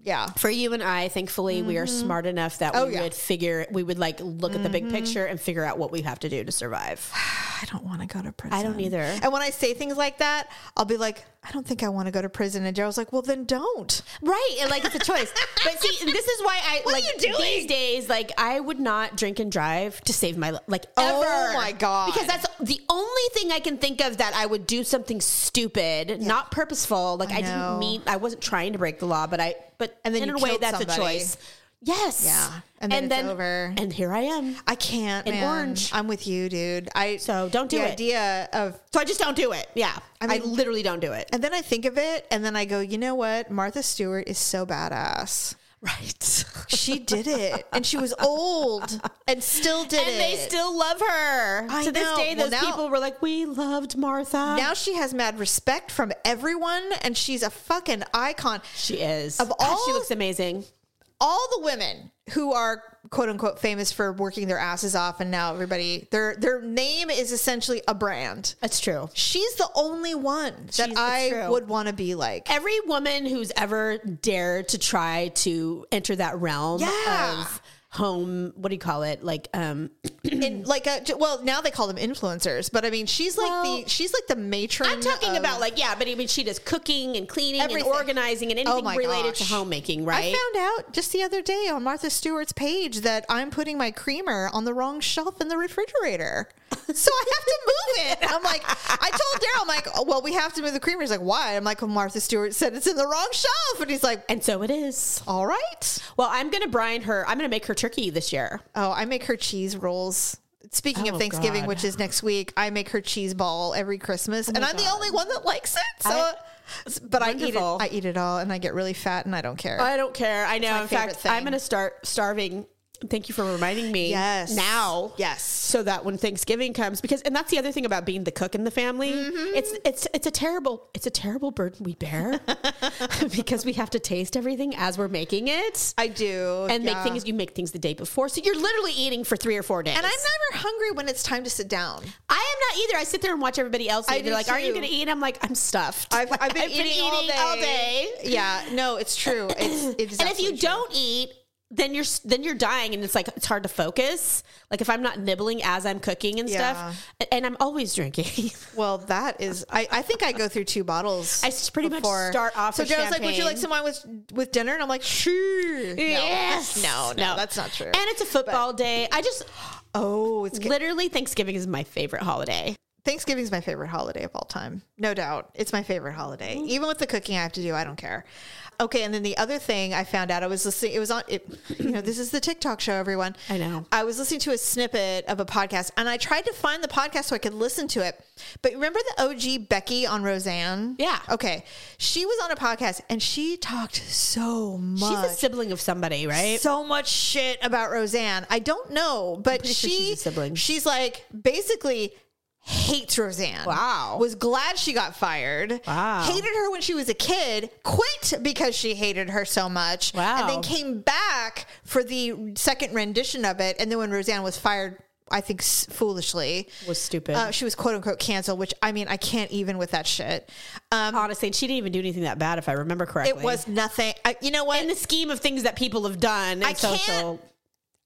Speaker 1: Yeah,
Speaker 2: for you and I, thankfully, we are smart enough that
Speaker 1: Oh,
Speaker 2: we
Speaker 1: yeah.
Speaker 2: would figure we would like look at the big picture and figure out what we have to do to survive.
Speaker 1: I don't want to go to prison.
Speaker 2: I don't either.
Speaker 1: And when I say things like that, I'll be like, I don't think I want to go to prison. And Daryl's like, Well, then don't.
Speaker 2: Right, and like it's a choice. But see, and this is why I
Speaker 1: What are
Speaker 2: like
Speaker 1: you doing?
Speaker 2: these days. Like I would not drink and drive to save my li- like
Speaker 1: Oh
Speaker 2: ever.
Speaker 1: my God.
Speaker 2: Because that's the only thing I can think of that I would do something stupid, not purposeful. Like I,
Speaker 1: know.
Speaker 2: didn't mean I wasn't trying to break the law, but I but
Speaker 1: And then
Speaker 2: in
Speaker 1: you
Speaker 2: a way
Speaker 1: killed
Speaker 2: that's
Speaker 1: somebody.
Speaker 2: a choice. Yes.
Speaker 1: Yeah. And then it's over.
Speaker 2: And here I am.
Speaker 1: I can't.
Speaker 2: And
Speaker 1: man.
Speaker 2: orange.
Speaker 1: I'm with you, dude. I
Speaker 2: So don't do
Speaker 1: the
Speaker 2: it.
Speaker 1: idea of
Speaker 2: So I just don't do it. Yeah. I,
Speaker 1: mean-
Speaker 2: literally don't do it.
Speaker 1: and then I think of it and then I go, you know what? Martha Stewart is so badass.
Speaker 2: Right.
Speaker 1: She did it. and she was old and still did
Speaker 2: and
Speaker 1: it.
Speaker 2: they still love her.
Speaker 1: I
Speaker 2: to this
Speaker 1: know.
Speaker 2: day,
Speaker 1: Well,
Speaker 2: those
Speaker 1: now-
Speaker 2: people were like, we loved Martha.
Speaker 1: now she has mad respect from everyone and she's a fucking icon.
Speaker 2: she is.
Speaker 1: Of
Speaker 2: God,
Speaker 1: all-
Speaker 2: she looks amazing.
Speaker 1: all the women who are quote unquote famous for working their asses off and now everybody their their name is essentially a brand.
Speaker 2: That's true.
Speaker 1: She's the only one that
Speaker 2: She's-
Speaker 1: I
Speaker 2: true.
Speaker 1: would want to be like.
Speaker 2: Every woman who's ever dared to try to enter that realm
Speaker 1: Yeah.
Speaker 2: of home, what do you call it? Like, um,
Speaker 1: In, like a, well, now they call them influencers, but I mean she's like
Speaker 2: Well,
Speaker 1: the she's like the matron.
Speaker 2: I'm talking
Speaker 1: of-
Speaker 2: about like, yeah, but I mean, she does cooking and cleaning
Speaker 1: Everything.
Speaker 2: and organizing and anything
Speaker 1: my
Speaker 2: related to
Speaker 1: gosh.
Speaker 2: homemaking,
Speaker 1: I
Speaker 2: right?
Speaker 1: found out just the other day on Martha Stewart's page that I'm putting my creamer on the wrong shelf in the refrigerator. So I have to move it. And I'm like, I told Daryl, I'm like, oh, well, we have to move the creamer. He's like, why? I'm like, well, Martha Stewart said it's in the wrong shelf. And he's like,
Speaker 2: and so it is.
Speaker 1: all right.
Speaker 2: Well, I'm going to brine her. I'm going to make her turkey this year.
Speaker 1: Oh, I make her cheese rolls. Speaking
Speaker 2: Oh,
Speaker 1: of Thanksgiving,
Speaker 2: God. Oh
Speaker 1: which is next week, I make her cheese ball every Christmas, and I'm the only one that likes it. So,
Speaker 2: I-
Speaker 1: but
Speaker 2: Wonderful.
Speaker 1: I eat it. I eat it all, and I get really fat, and I don't care.
Speaker 2: Oh, I don't care. I know. In fact,
Speaker 1: favorite thing.
Speaker 2: I'm going to start starving. Thank you for reminding me.
Speaker 1: Yes.
Speaker 2: Now.
Speaker 1: yes.
Speaker 2: So that when Thanksgiving comes, because and that's the other thing about being the cook in the family,
Speaker 1: Mm-hmm.
Speaker 2: it's it's it's a terrible it's a terrible burden we bear because we have to taste everything as we're making it
Speaker 1: I do,
Speaker 2: and
Speaker 1: yeah.
Speaker 2: make things. You make things the day before, so you're literally eating for three or four days.
Speaker 1: And I'm never hungry when it's time to sit down.
Speaker 2: I am not either. I sit there and watch everybody else.
Speaker 1: I
Speaker 2: eat. They're
Speaker 1: do
Speaker 2: like, "Are you
Speaker 1: too.
Speaker 2: going to eat?" I'm like, "I'm stuffed.
Speaker 1: I've,
Speaker 2: Like,
Speaker 1: I've, been, eating all day. Yeah, no, it's true. It's, it is
Speaker 2: and if you
Speaker 1: absolutely true.
Speaker 2: don't eat then you're then you're dying and it's like it's hard to focus like if i'm not nibbling as i'm cooking and
Speaker 1: Yeah.
Speaker 2: stuff a- and i'm always drinking
Speaker 1: well, that is, I, I think I go through two bottles.
Speaker 2: i s- pretty much
Speaker 1: before-
Speaker 2: start off
Speaker 1: So
Speaker 2: with
Speaker 1: Joe's like, "Would you
Speaker 2: champagne."
Speaker 1: like some wine with with dinner?" And I'm like, "Sure."
Speaker 2: yes
Speaker 1: No, no, no, that's not true.
Speaker 2: and it's a football day i just
Speaker 1: oh, it's good.
Speaker 2: literally thanksgiving is my favorite holiday
Speaker 1: Thanksgiving's my favorite holiday of all time. No doubt. It's my favorite holiday.
Speaker 2: Mm.
Speaker 1: Even with the cooking I have to do, I don't care. Okay, and then the other thing I found out I was listening it was on it, you know, this is the TikTok show everyone.
Speaker 2: I know.
Speaker 1: I was listening to a snippet of a podcast and I tried to find the podcast so I could listen to it. But remember the OG Becky on Roseanne?
Speaker 2: Yeah.
Speaker 1: Okay. She was on a podcast and she talked so much.
Speaker 2: she's a sibling of somebody right
Speaker 1: so much shit about Roseanne. I don't know, but
Speaker 2: pretty sure
Speaker 1: she
Speaker 2: she's a sibling.
Speaker 1: she's like basically hates Roseanne.
Speaker 2: Wow.
Speaker 1: Was glad she got fired.
Speaker 2: Wow.
Speaker 1: Hated her when she was a kid, quit because she hated her so much.
Speaker 2: Wow.
Speaker 1: And then came back for the second rendition of it. And then when Roseanne was fired, I think s- foolishly.
Speaker 2: was stupid
Speaker 1: Uh, she was quote unquote canceled, which I mean, I can't even with that shit. Um,
Speaker 2: honestly and she didn't even do anything that bad if i remember correctly
Speaker 1: it was nothing. I, you know what?
Speaker 2: in the scheme of things that people have done in
Speaker 1: I can't-
Speaker 2: social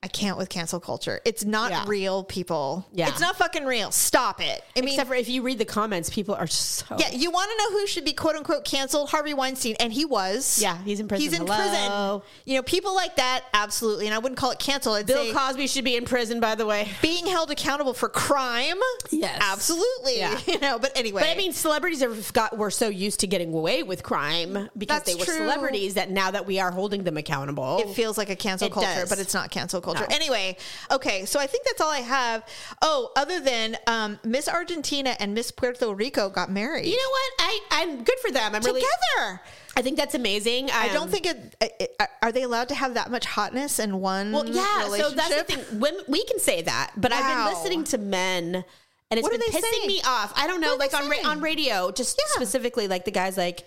Speaker 1: I can't with cancel culture. It's not
Speaker 2: Yeah.
Speaker 1: real, people.
Speaker 2: Yeah.
Speaker 1: It's not fucking real. Stop it. I mean,
Speaker 2: except for if you read the comments people are so
Speaker 1: yeah, you want to know who should be quote unquote canceled? Harvey Weinstein. And he was.
Speaker 2: Yeah, he's in prison.
Speaker 1: He's in
Speaker 2: Hello.
Speaker 1: prison. You know, people like that, absolutely. And I wouldn't call it canceled. I'd
Speaker 2: Bill
Speaker 1: say
Speaker 2: Cosby should be in prison, by the way.
Speaker 1: being held accountable for crime.
Speaker 2: Yes.
Speaker 1: Absolutely.
Speaker 2: Yeah.
Speaker 1: You know, but anyway.
Speaker 2: But I mean, celebrities have got were so used to getting away with crime because
Speaker 1: That's
Speaker 2: they were
Speaker 1: true.
Speaker 2: celebrities that now that we are holding them accountable,
Speaker 1: it feels like a cancel
Speaker 2: It
Speaker 1: culture,
Speaker 2: does.
Speaker 1: but it's not cancel culture. Anyway, okay, so I think that's all I have. Oh, other than um, Miss Argentina and Miss Puerto Rico got married
Speaker 2: you know what? I I'm good for them. I'm really.
Speaker 1: together.
Speaker 2: I think that's amazing. Um,
Speaker 1: I don't think it, it, it- Are they allowed to have that much hotness in one?
Speaker 2: Well, yeah. So
Speaker 1: Mm-hmm. relationship?
Speaker 2: that's the thing. Women, we can say that, but I've
Speaker 1: Wow.
Speaker 2: been listening to men. And it's
Speaker 1: What are
Speaker 2: been
Speaker 1: they
Speaker 2: pissing
Speaker 1: saying?
Speaker 2: me off. I don't know,
Speaker 1: What are
Speaker 2: like
Speaker 1: they
Speaker 2: on ra-
Speaker 1: saying?
Speaker 2: on radio, just specifically, like the guys, like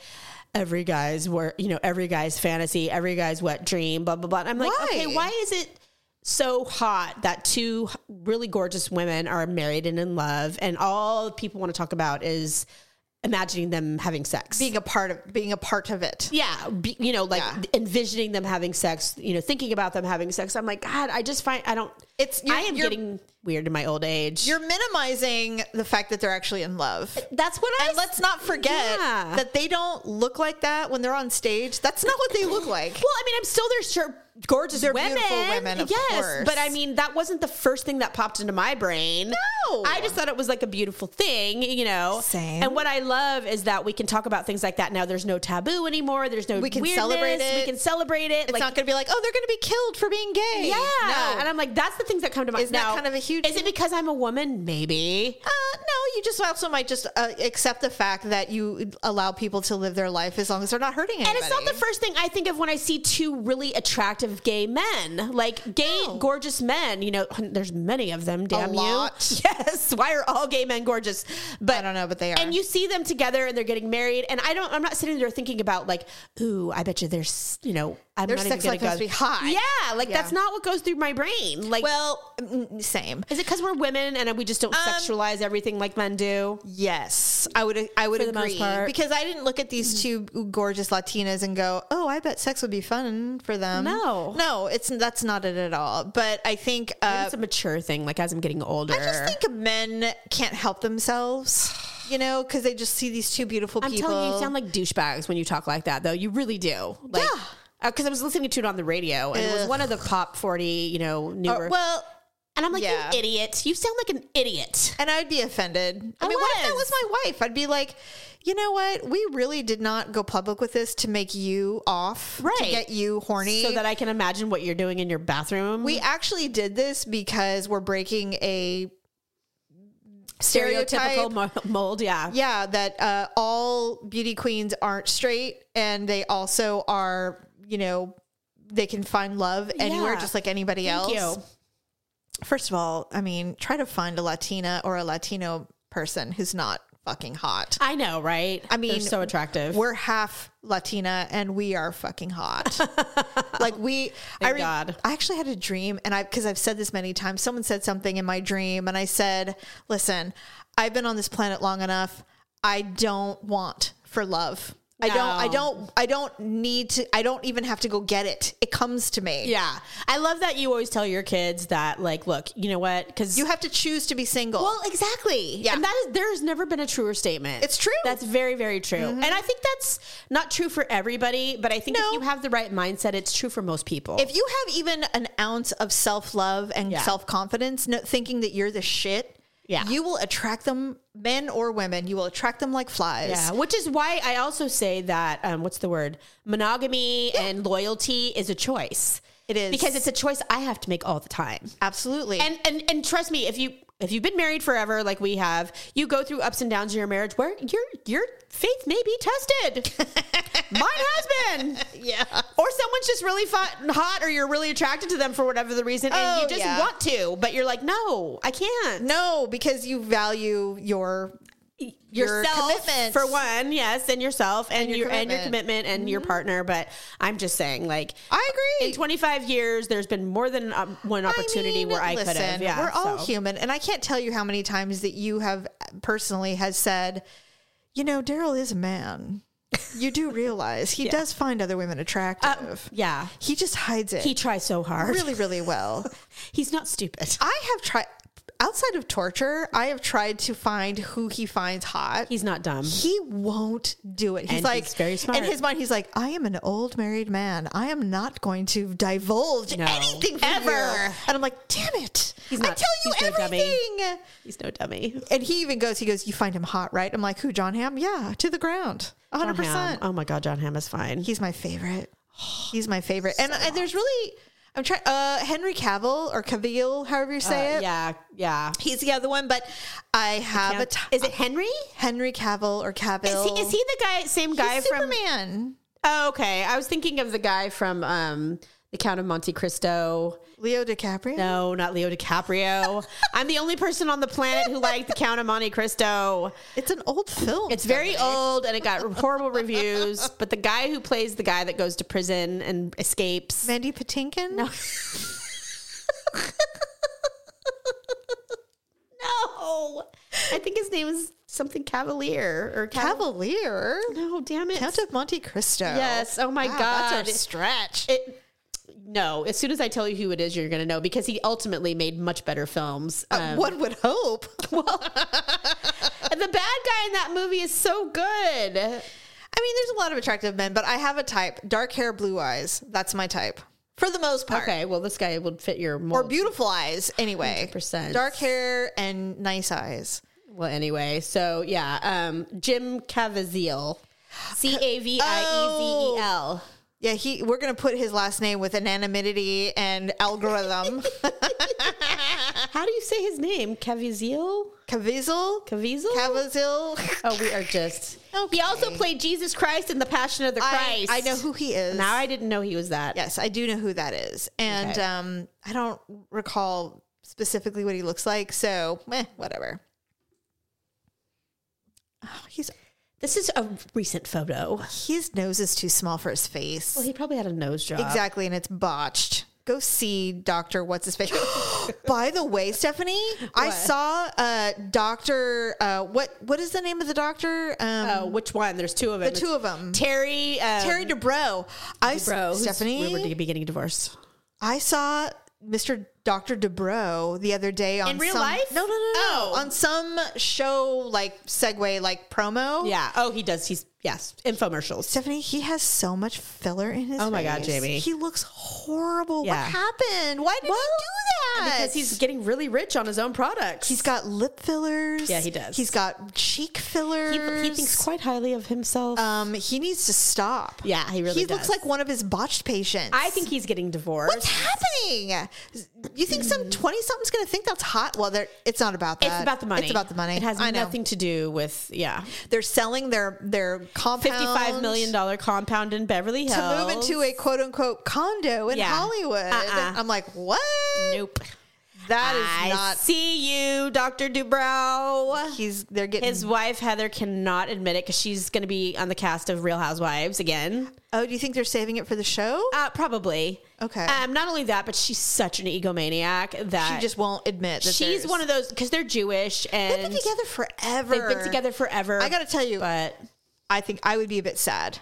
Speaker 2: every guy's were, you know, every guy's fantasy, every guy's wet dream, blah blah blah. And I'm like,
Speaker 1: Why?
Speaker 2: okay, why is it so hot that two really gorgeous women are married and in love, and all people want to talk about is imagining them having sex?
Speaker 1: Being a part of being a part of it.
Speaker 2: Yeah, be, you know, like
Speaker 1: Yeah.
Speaker 2: envisioning them having sex, you know, thinking about them having sex. I'm like, God, I just find I don't.
Speaker 1: It's you're,
Speaker 2: I am
Speaker 1: you're,
Speaker 2: getting weird in my old age.
Speaker 1: you're minimizing the fact that they're actually in love.
Speaker 2: that's what I.
Speaker 1: And let's not forget
Speaker 2: Yeah.
Speaker 1: that they don't look like that when they're on stage. That's not what they look like.
Speaker 2: Well, I mean, I'm still their sure gorgeous
Speaker 1: They're
Speaker 2: women.
Speaker 1: beautiful women, of
Speaker 2: yes,
Speaker 1: course.
Speaker 2: but I mean, that wasn't the first thing that popped into my brain.
Speaker 1: No.
Speaker 2: I just thought it was like a beautiful thing, you know.
Speaker 1: Same.
Speaker 2: And what I love is that we can talk about things like that now. There's no taboo anymore. There's no
Speaker 1: We can
Speaker 2: weirdness.
Speaker 1: celebrate it.
Speaker 2: We can celebrate it.
Speaker 1: It's not going to be like, oh, they're going to be killed for being gay.
Speaker 2: yeah,
Speaker 1: No.
Speaker 2: and I'm like, that's the things that come to mind.
Speaker 1: Isn't that
Speaker 2: Now,
Speaker 1: kind of a huge
Speaker 2: Is it because I'm a woman? Maybe.
Speaker 1: Uh, no, you just also might just uh, accept the fact that you allow people to live their life as long as they're not hurting anybody.
Speaker 2: And it's not the first thing I think of when I see two really attractive gay men, like gay,
Speaker 1: No.
Speaker 2: gorgeous men. You know, there's many of them. Damn you!
Speaker 1: lot.
Speaker 2: Yes. Why are all gay men gorgeous? But
Speaker 1: I don't know, but they are.
Speaker 2: And you see them together, and they're getting married. And I don't. I'm not sitting there thinking about like, ooh, I bet you there's, you know, I'm
Speaker 1: Their
Speaker 2: not
Speaker 1: sex
Speaker 2: even
Speaker 1: life
Speaker 2: gonna
Speaker 1: must
Speaker 2: go.
Speaker 1: be high.
Speaker 2: Yeah, like that's
Speaker 1: Yeah.
Speaker 2: not what goes through my brain. Like,
Speaker 1: well, um, mm, same.
Speaker 2: is it because we're women and we just don't sexualize everything like men do?
Speaker 1: Yes, I would. I would
Speaker 2: For the most
Speaker 1: agree
Speaker 2: part.
Speaker 1: because I didn't look at these two gorgeous Latinas and go, "Oh, I bet sex would be fun for them."
Speaker 2: No.
Speaker 1: no, it's that's not it at all. But I think uh,
Speaker 2: it's a mature thing. Like as I'm getting older,
Speaker 1: I just think men can't help themselves, you know, because they just see these two beautiful
Speaker 2: I'm
Speaker 1: people.
Speaker 2: telling you, you sound like douchebags when you talk like that, though. You really do. Like,
Speaker 1: Yeah.
Speaker 2: Because I was listening to it on the radio, and it was
Speaker 1: Ugh.
Speaker 2: one of the pop forty, you know, newer.
Speaker 1: Or- Uh, well,
Speaker 2: and I'm like,
Speaker 1: yeah.
Speaker 2: you idiot! You sound like an idiot.
Speaker 1: and I'd be offended. I,
Speaker 2: I
Speaker 1: mean, what if that
Speaker 2: was.
Speaker 1: was my wife? I'd be like, you know what? We really did not go public with this to make you off, To
Speaker 2: Right.
Speaker 1: get you horny,
Speaker 2: So that I can imagine what you're doing in your bathroom.
Speaker 1: We actually did this because we're breaking a
Speaker 2: stereotypical
Speaker 1: stereotype.
Speaker 2: mo- mold, yeah.
Speaker 1: Yeah, that uh, all beauty queens aren't straight, and they also are, you know, they can find love anywhere,
Speaker 2: Yeah.
Speaker 1: just like anybody
Speaker 2: Thank
Speaker 1: else.
Speaker 2: you.
Speaker 1: First of all, I mean, try to find a Latina or a Latino person who's not fucking hot.
Speaker 2: I know, right?
Speaker 1: I mean,
Speaker 2: They're so attractive.
Speaker 1: We're half Latina and we are fucking hot. like we, I,
Speaker 2: Thank God.
Speaker 1: I actually had a dream, and I because I've said this many times. Someone said something in my dream, and I said, "Listen, I've been on this planet long enough. I don't want for love." I don't. I
Speaker 2: No.
Speaker 1: don't. I don't need to. I don't even have to go get it. It comes to me.
Speaker 2: yeah, I love that you always tell your kids that, like, look, you know what? Because
Speaker 1: You have to choose to be single.
Speaker 2: Well, Oh, exactly.
Speaker 1: Yeah.
Speaker 2: And that is there has never been a truer statement.
Speaker 1: It's true. Mm-hmm.
Speaker 2: That's very, very true. And I think that's not true for everybody, but I think
Speaker 1: No.
Speaker 2: if you have the right mindset, it's true for most people.
Speaker 1: if you have even an ounce of self love and
Speaker 2: Yeah.
Speaker 1: self confidence, no, thinking that you're the shit,
Speaker 2: Yeah.
Speaker 1: you will attract them, men or women. You will attract them like flies.
Speaker 2: yeah. Which is why I also say that um, what's the word? Monogamy and loyalty is a choice.
Speaker 1: It is
Speaker 2: Because it's a choice I have to make all the time.
Speaker 1: absolutely
Speaker 2: And and and trust me, if you if you've been married forever like we have, you go through ups and downs in your marriage where your your faith may be tested. Mine has been.
Speaker 1: yeah.
Speaker 2: Or someone's just really fu- hot, or you're really attracted to them for whatever the reason, and
Speaker 1: Oh,
Speaker 2: you just
Speaker 1: yeah.
Speaker 2: want to, but you're like, no, I can't.
Speaker 1: No, because you value your your commitments.
Speaker 2: for one, yes, and yourself, and,
Speaker 1: your
Speaker 2: your, and your
Speaker 1: commitment. Mm-hmm.
Speaker 2: commitment, and your partner. But I'm just saying, like,
Speaker 1: I agree.
Speaker 2: in 25 years, there's been more than um, one
Speaker 1: I
Speaker 2: opportunity
Speaker 1: mean,
Speaker 2: where I could have.
Speaker 1: listen,
Speaker 2: Yeah,
Speaker 1: We're all
Speaker 2: so.
Speaker 1: human. And I can't tell you how many times that you have personally has said, you know, Daryl is a man. You do realize he does find other women attractive.
Speaker 2: Yeah,
Speaker 1: he just hides it
Speaker 2: Um, he tries so hard.
Speaker 1: really, really well.
Speaker 2: He's not stupid.
Speaker 1: I have tried outside of torture, I have tried to find who he finds hot.
Speaker 2: He's not dumb.
Speaker 1: he won't do it. He's
Speaker 2: And
Speaker 1: like
Speaker 2: he's very smart.
Speaker 1: In his mind, he's like, I am an old married man. I am not going to divulge
Speaker 2: No.
Speaker 1: anything for
Speaker 2: Ever.
Speaker 1: you." And I'm like, damn it.
Speaker 2: He's
Speaker 1: I
Speaker 2: not-
Speaker 1: tell you
Speaker 2: he's no dummy.
Speaker 1: everything.
Speaker 2: He's no dummy.
Speaker 1: and he even goes, he goes, You find him hot, right? I'm like, who, John Ham? Yeah, to the ground. hundred
Speaker 2: John Hamm.
Speaker 1: percent.
Speaker 2: Oh my God, John Ham is fine.
Speaker 1: He's my favorite. He's my favorite. and I, there's really I'm trying uh Henry Cavill or Cavill, however you say it.
Speaker 2: Uh, yeah, yeah.
Speaker 1: He's the other one, but I have a
Speaker 2: Yeah.
Speaker 1: t-
Speaker 2: is it Henry?
Speaker 1: Henry Cavill
Speaker 2: uh,
Speaker 1: or
Speaker 2: Is
Speaker 1: Cavill.
Speaker 2: he, is he the guy? Same guy
Speaker 1: He's
Speaker 2: from?
Speaker 1: Superman?
Speaker 2: Oh, okay. I was thinking of the guy from um, the Count of Monte Cristo.
Speaker 1: Leo DiCaprio?
Speaker 2: No, not Leo DiCaprio. I'm the only person on the planet who liked the Count of Monte Cristo.
Speaker 1: It's an old film.
Speaker 2: It's very old and it got horrible reviews. But the guy who plays the guy that goes to prison and escapes.
Speaker 1: Mandy Patinkin. No.
Speaker 2: No, I think his name is something Cavalier or Cavalier.
Speaker 1: Cavalier.
Speaker 2: No, damn it.
Speaker 1: Count of Monte Cristo.
Speaker 2: Yes. Oh my
Speaker 1: Wow,
Speaker 2: God.
Speaker 1: That's a stretch.
Speaker 2: It- No, as soon as I tell you who it is, you're going to know because he ultimately made much better films. Um,
Speaker 1: One would hope.
Speaker 2: and the bad guy in that movie is so good.
Speaker 1: I mean, there's a lot of attractive men, but I have a type: dark hair, blue eyes. That's my type for the most part.
Speaker 2: Okay, well, this guy would fit your
Speaker 1: Or
Speaker 2: mold.
Speaker 1: beautiful eyes, anyway.
Speaker 2: 100%.
Speaker 1: Dark hair and nice eyes.
Speaker 2: well, anyway, so yeah, um, Jim Caviezel, C A V I E Z E L.
Speaker 1: Yeah, he. We're gonna put his last name with anonymity and algorithm.
Speaker 2: How do you say his name? Caviezel?
Speaker 1: Caviezel,
Speaker 2: Caviezel?
Speaker 1: Caviezel.
Speaker 2: oh, we are just. He also played Jesus Christ in The Passion of the
Speaker 1: I,
Speaker 2: Christ.
Speaker 1: I know who he is.
Speaker 2: Now I didn't know he was that.
Speaker 1: Yes, I do know who that is, and
Speaker 2: Okay.
Speaker 1: um, I don't recall specifically what he looks like. So, meh, whatever. Oh, he's
Speaker 2: This is a recent photo.
Speaker 1: his nose is too small for his face.
Speaker 2: Well, he probably had a nose job.
Speaker 1: exactly, and it's botched. Go see Doctor What's His Face. By the way, Stephanie, I saw uh, Doctor. Uh, what what is the name of the doctor? Um,
Speaker 2: Oh, which one? There's two of them.
Speaker 1: the two of them.
Speaker 2: Terry. Um,
Speaker 1: Terry Dubrow. I s-
Speaker 2: Bro, who's
Speaker 1: Stephanie.
Speaker 2: rumored to be getting divorced.
Speaker 1: I saw Mr. Dr. DeBro the other day on
Speaker 2: In real
Speaker 1: some,
Speaker 2: life?
Speaker 1: No, no, no, no.
Speaker 2: Oh.
Speaker 1: On some show like segue like promo.
Speaker 2: Yeah. Oh, he does. He's yes. Infomercials.
Speaker 1: Stephanie, he has so much filler in his.
Speaker 2: Oh my God,
Speaker 1: face.
Speaker 2: Jamie.
Speaker 1: he looks horrible.
Speaker 2: Yeah.
Speaker 1: What happened? Why did he do that?
Speaker 2: Because he's getting really rich on his own products.
Speaker 1: he's got lip fillers.
Speaker 2: Yeah, he does.
Speaker 1: He's got cheek
Speaker 2: he,
Speaker 1: fillers.
Speaker 2: he thinks quite highly of himself.
Speaker 1: um he needs to stop.
Speaker 2: Yeah, he really
Speaker 1: He looks
Speaker 2: does.
Speaker 1: like one of his botched patients.
Speaker 2: I think he's getting divorced.
Speaker 1: What's happening? You think some twenty something's going to think that's hot? Well, they're, it's not about that.
Speaker 2: Mm. It's about the money.
Speaker 1: Uh, It's about the money.
Speaker 2: It has
Speaker 1: I know.
Speaker 2: nothing to do with yeah.
Speaker 1: They're selling their their compound,
Speaker 2: Fifty-five million dollar compound in Beverly Hills
Speaker 1: to move into a quote unquote condo in
Speaker 2: Yeah.
Speaker 1: Hollywood.
Speaker 2: Uh-uh.
Speaker 1: I'm like, what?
Speaker 2: Nope.
Speaker 1: That
Speaker 2: I
Speaker 1: is not.
Speaker 2: see you, Doctor Dubrow.
Speaker 1: He's they're getting.
Speaker 2: His wife Heather cannot admit it because she's going to be on the cast of Real Housewives again.
Speaker 1: oh, do you think they're saving it for the show?
Speaker 2: Uh, probably.
Speaker 1: Okay.
Speaker 2: Um, not only that, but she's such an egomaniac that
Speaker 1: she just won't admit that
Speaker 2: Uh, she's one of those because they're Jewish
Speaker 1: They've
Speaker 2: and
Speaker 1: been together forever.
Speaker 2: they've been together forever.
Speaker 1: I got to tell you,
Speaker 2: but
Speaker 1: I think I would be a bit sad.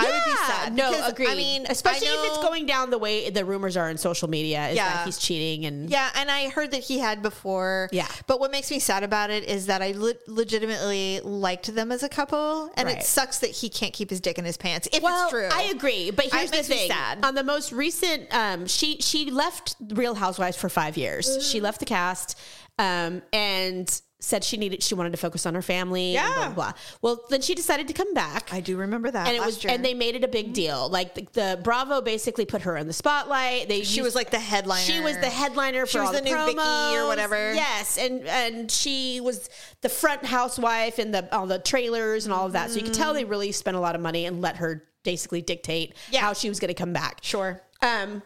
Speaker 1: I would be
Speaker 2: Yeah,
Speaker 1: sad.
Speaker 2: No,
Speaker 1: because,
Speaker 2: agree.
Speaker 1: I mean,
Speaker 2: especially
Speaker 1: I
Speaker 2: if it's
Speaker 1: know-
Speaker 2: going down the way the rumors are in social media is
Speaker 1: Yeah.
Speaker 2: that he's cheating and
Speaker 1: Yeah, and I heard that he had before.
Speaker 2: Yeah.
Speaker 1: But what makes me sad about it is that I le- legitimately liked them as a couple, and it
Speaker 2: Right.
Speaker 1: sucks that he can't keep his dick in his pants. If it's true,
Speaker 2: I agree, but here's the
Speaker 1: makes me
Speaker 2: thing:
Speaker 1: sad.
Speaker 2: on the most recent, um, she she left Real Housewives for five years.
Speaker 1: Mm.
Speaker 2: She left the cast, um, and said she needed she wanted to focus on her family. Yeah, blah, blah, blah. Well, then she decided to come back.
Speaker 1: I Mm-hmm. do remember that.
Speaker 2: and it
Speaker 1: last
Speaker 2: was,
Speaker 1: year.
Speaker 2: and they made it a big deal. Like the, the Bravo basically put her in the spotlight. They
Speaker 1: she was like the headliner.
Speaker 2: she was the headliner for
Speaker 1: was
Speaker 2: all
Speaker 1: the
Speaker 2: the,
Speaker 1: new Vicky or
Speaker 2: promos.
Speaker 1: whatever.
Speaker 2: Yes, and and she was the front housewife and the all the trailers and all of that. So you could tell they really spent a lot of money and let her basically dictate
Speaker 1: Mm-hmm. Yeah.
Speaker 2: how she was going to come back.
Speaker 1: Sure.
Speaker 2: Um,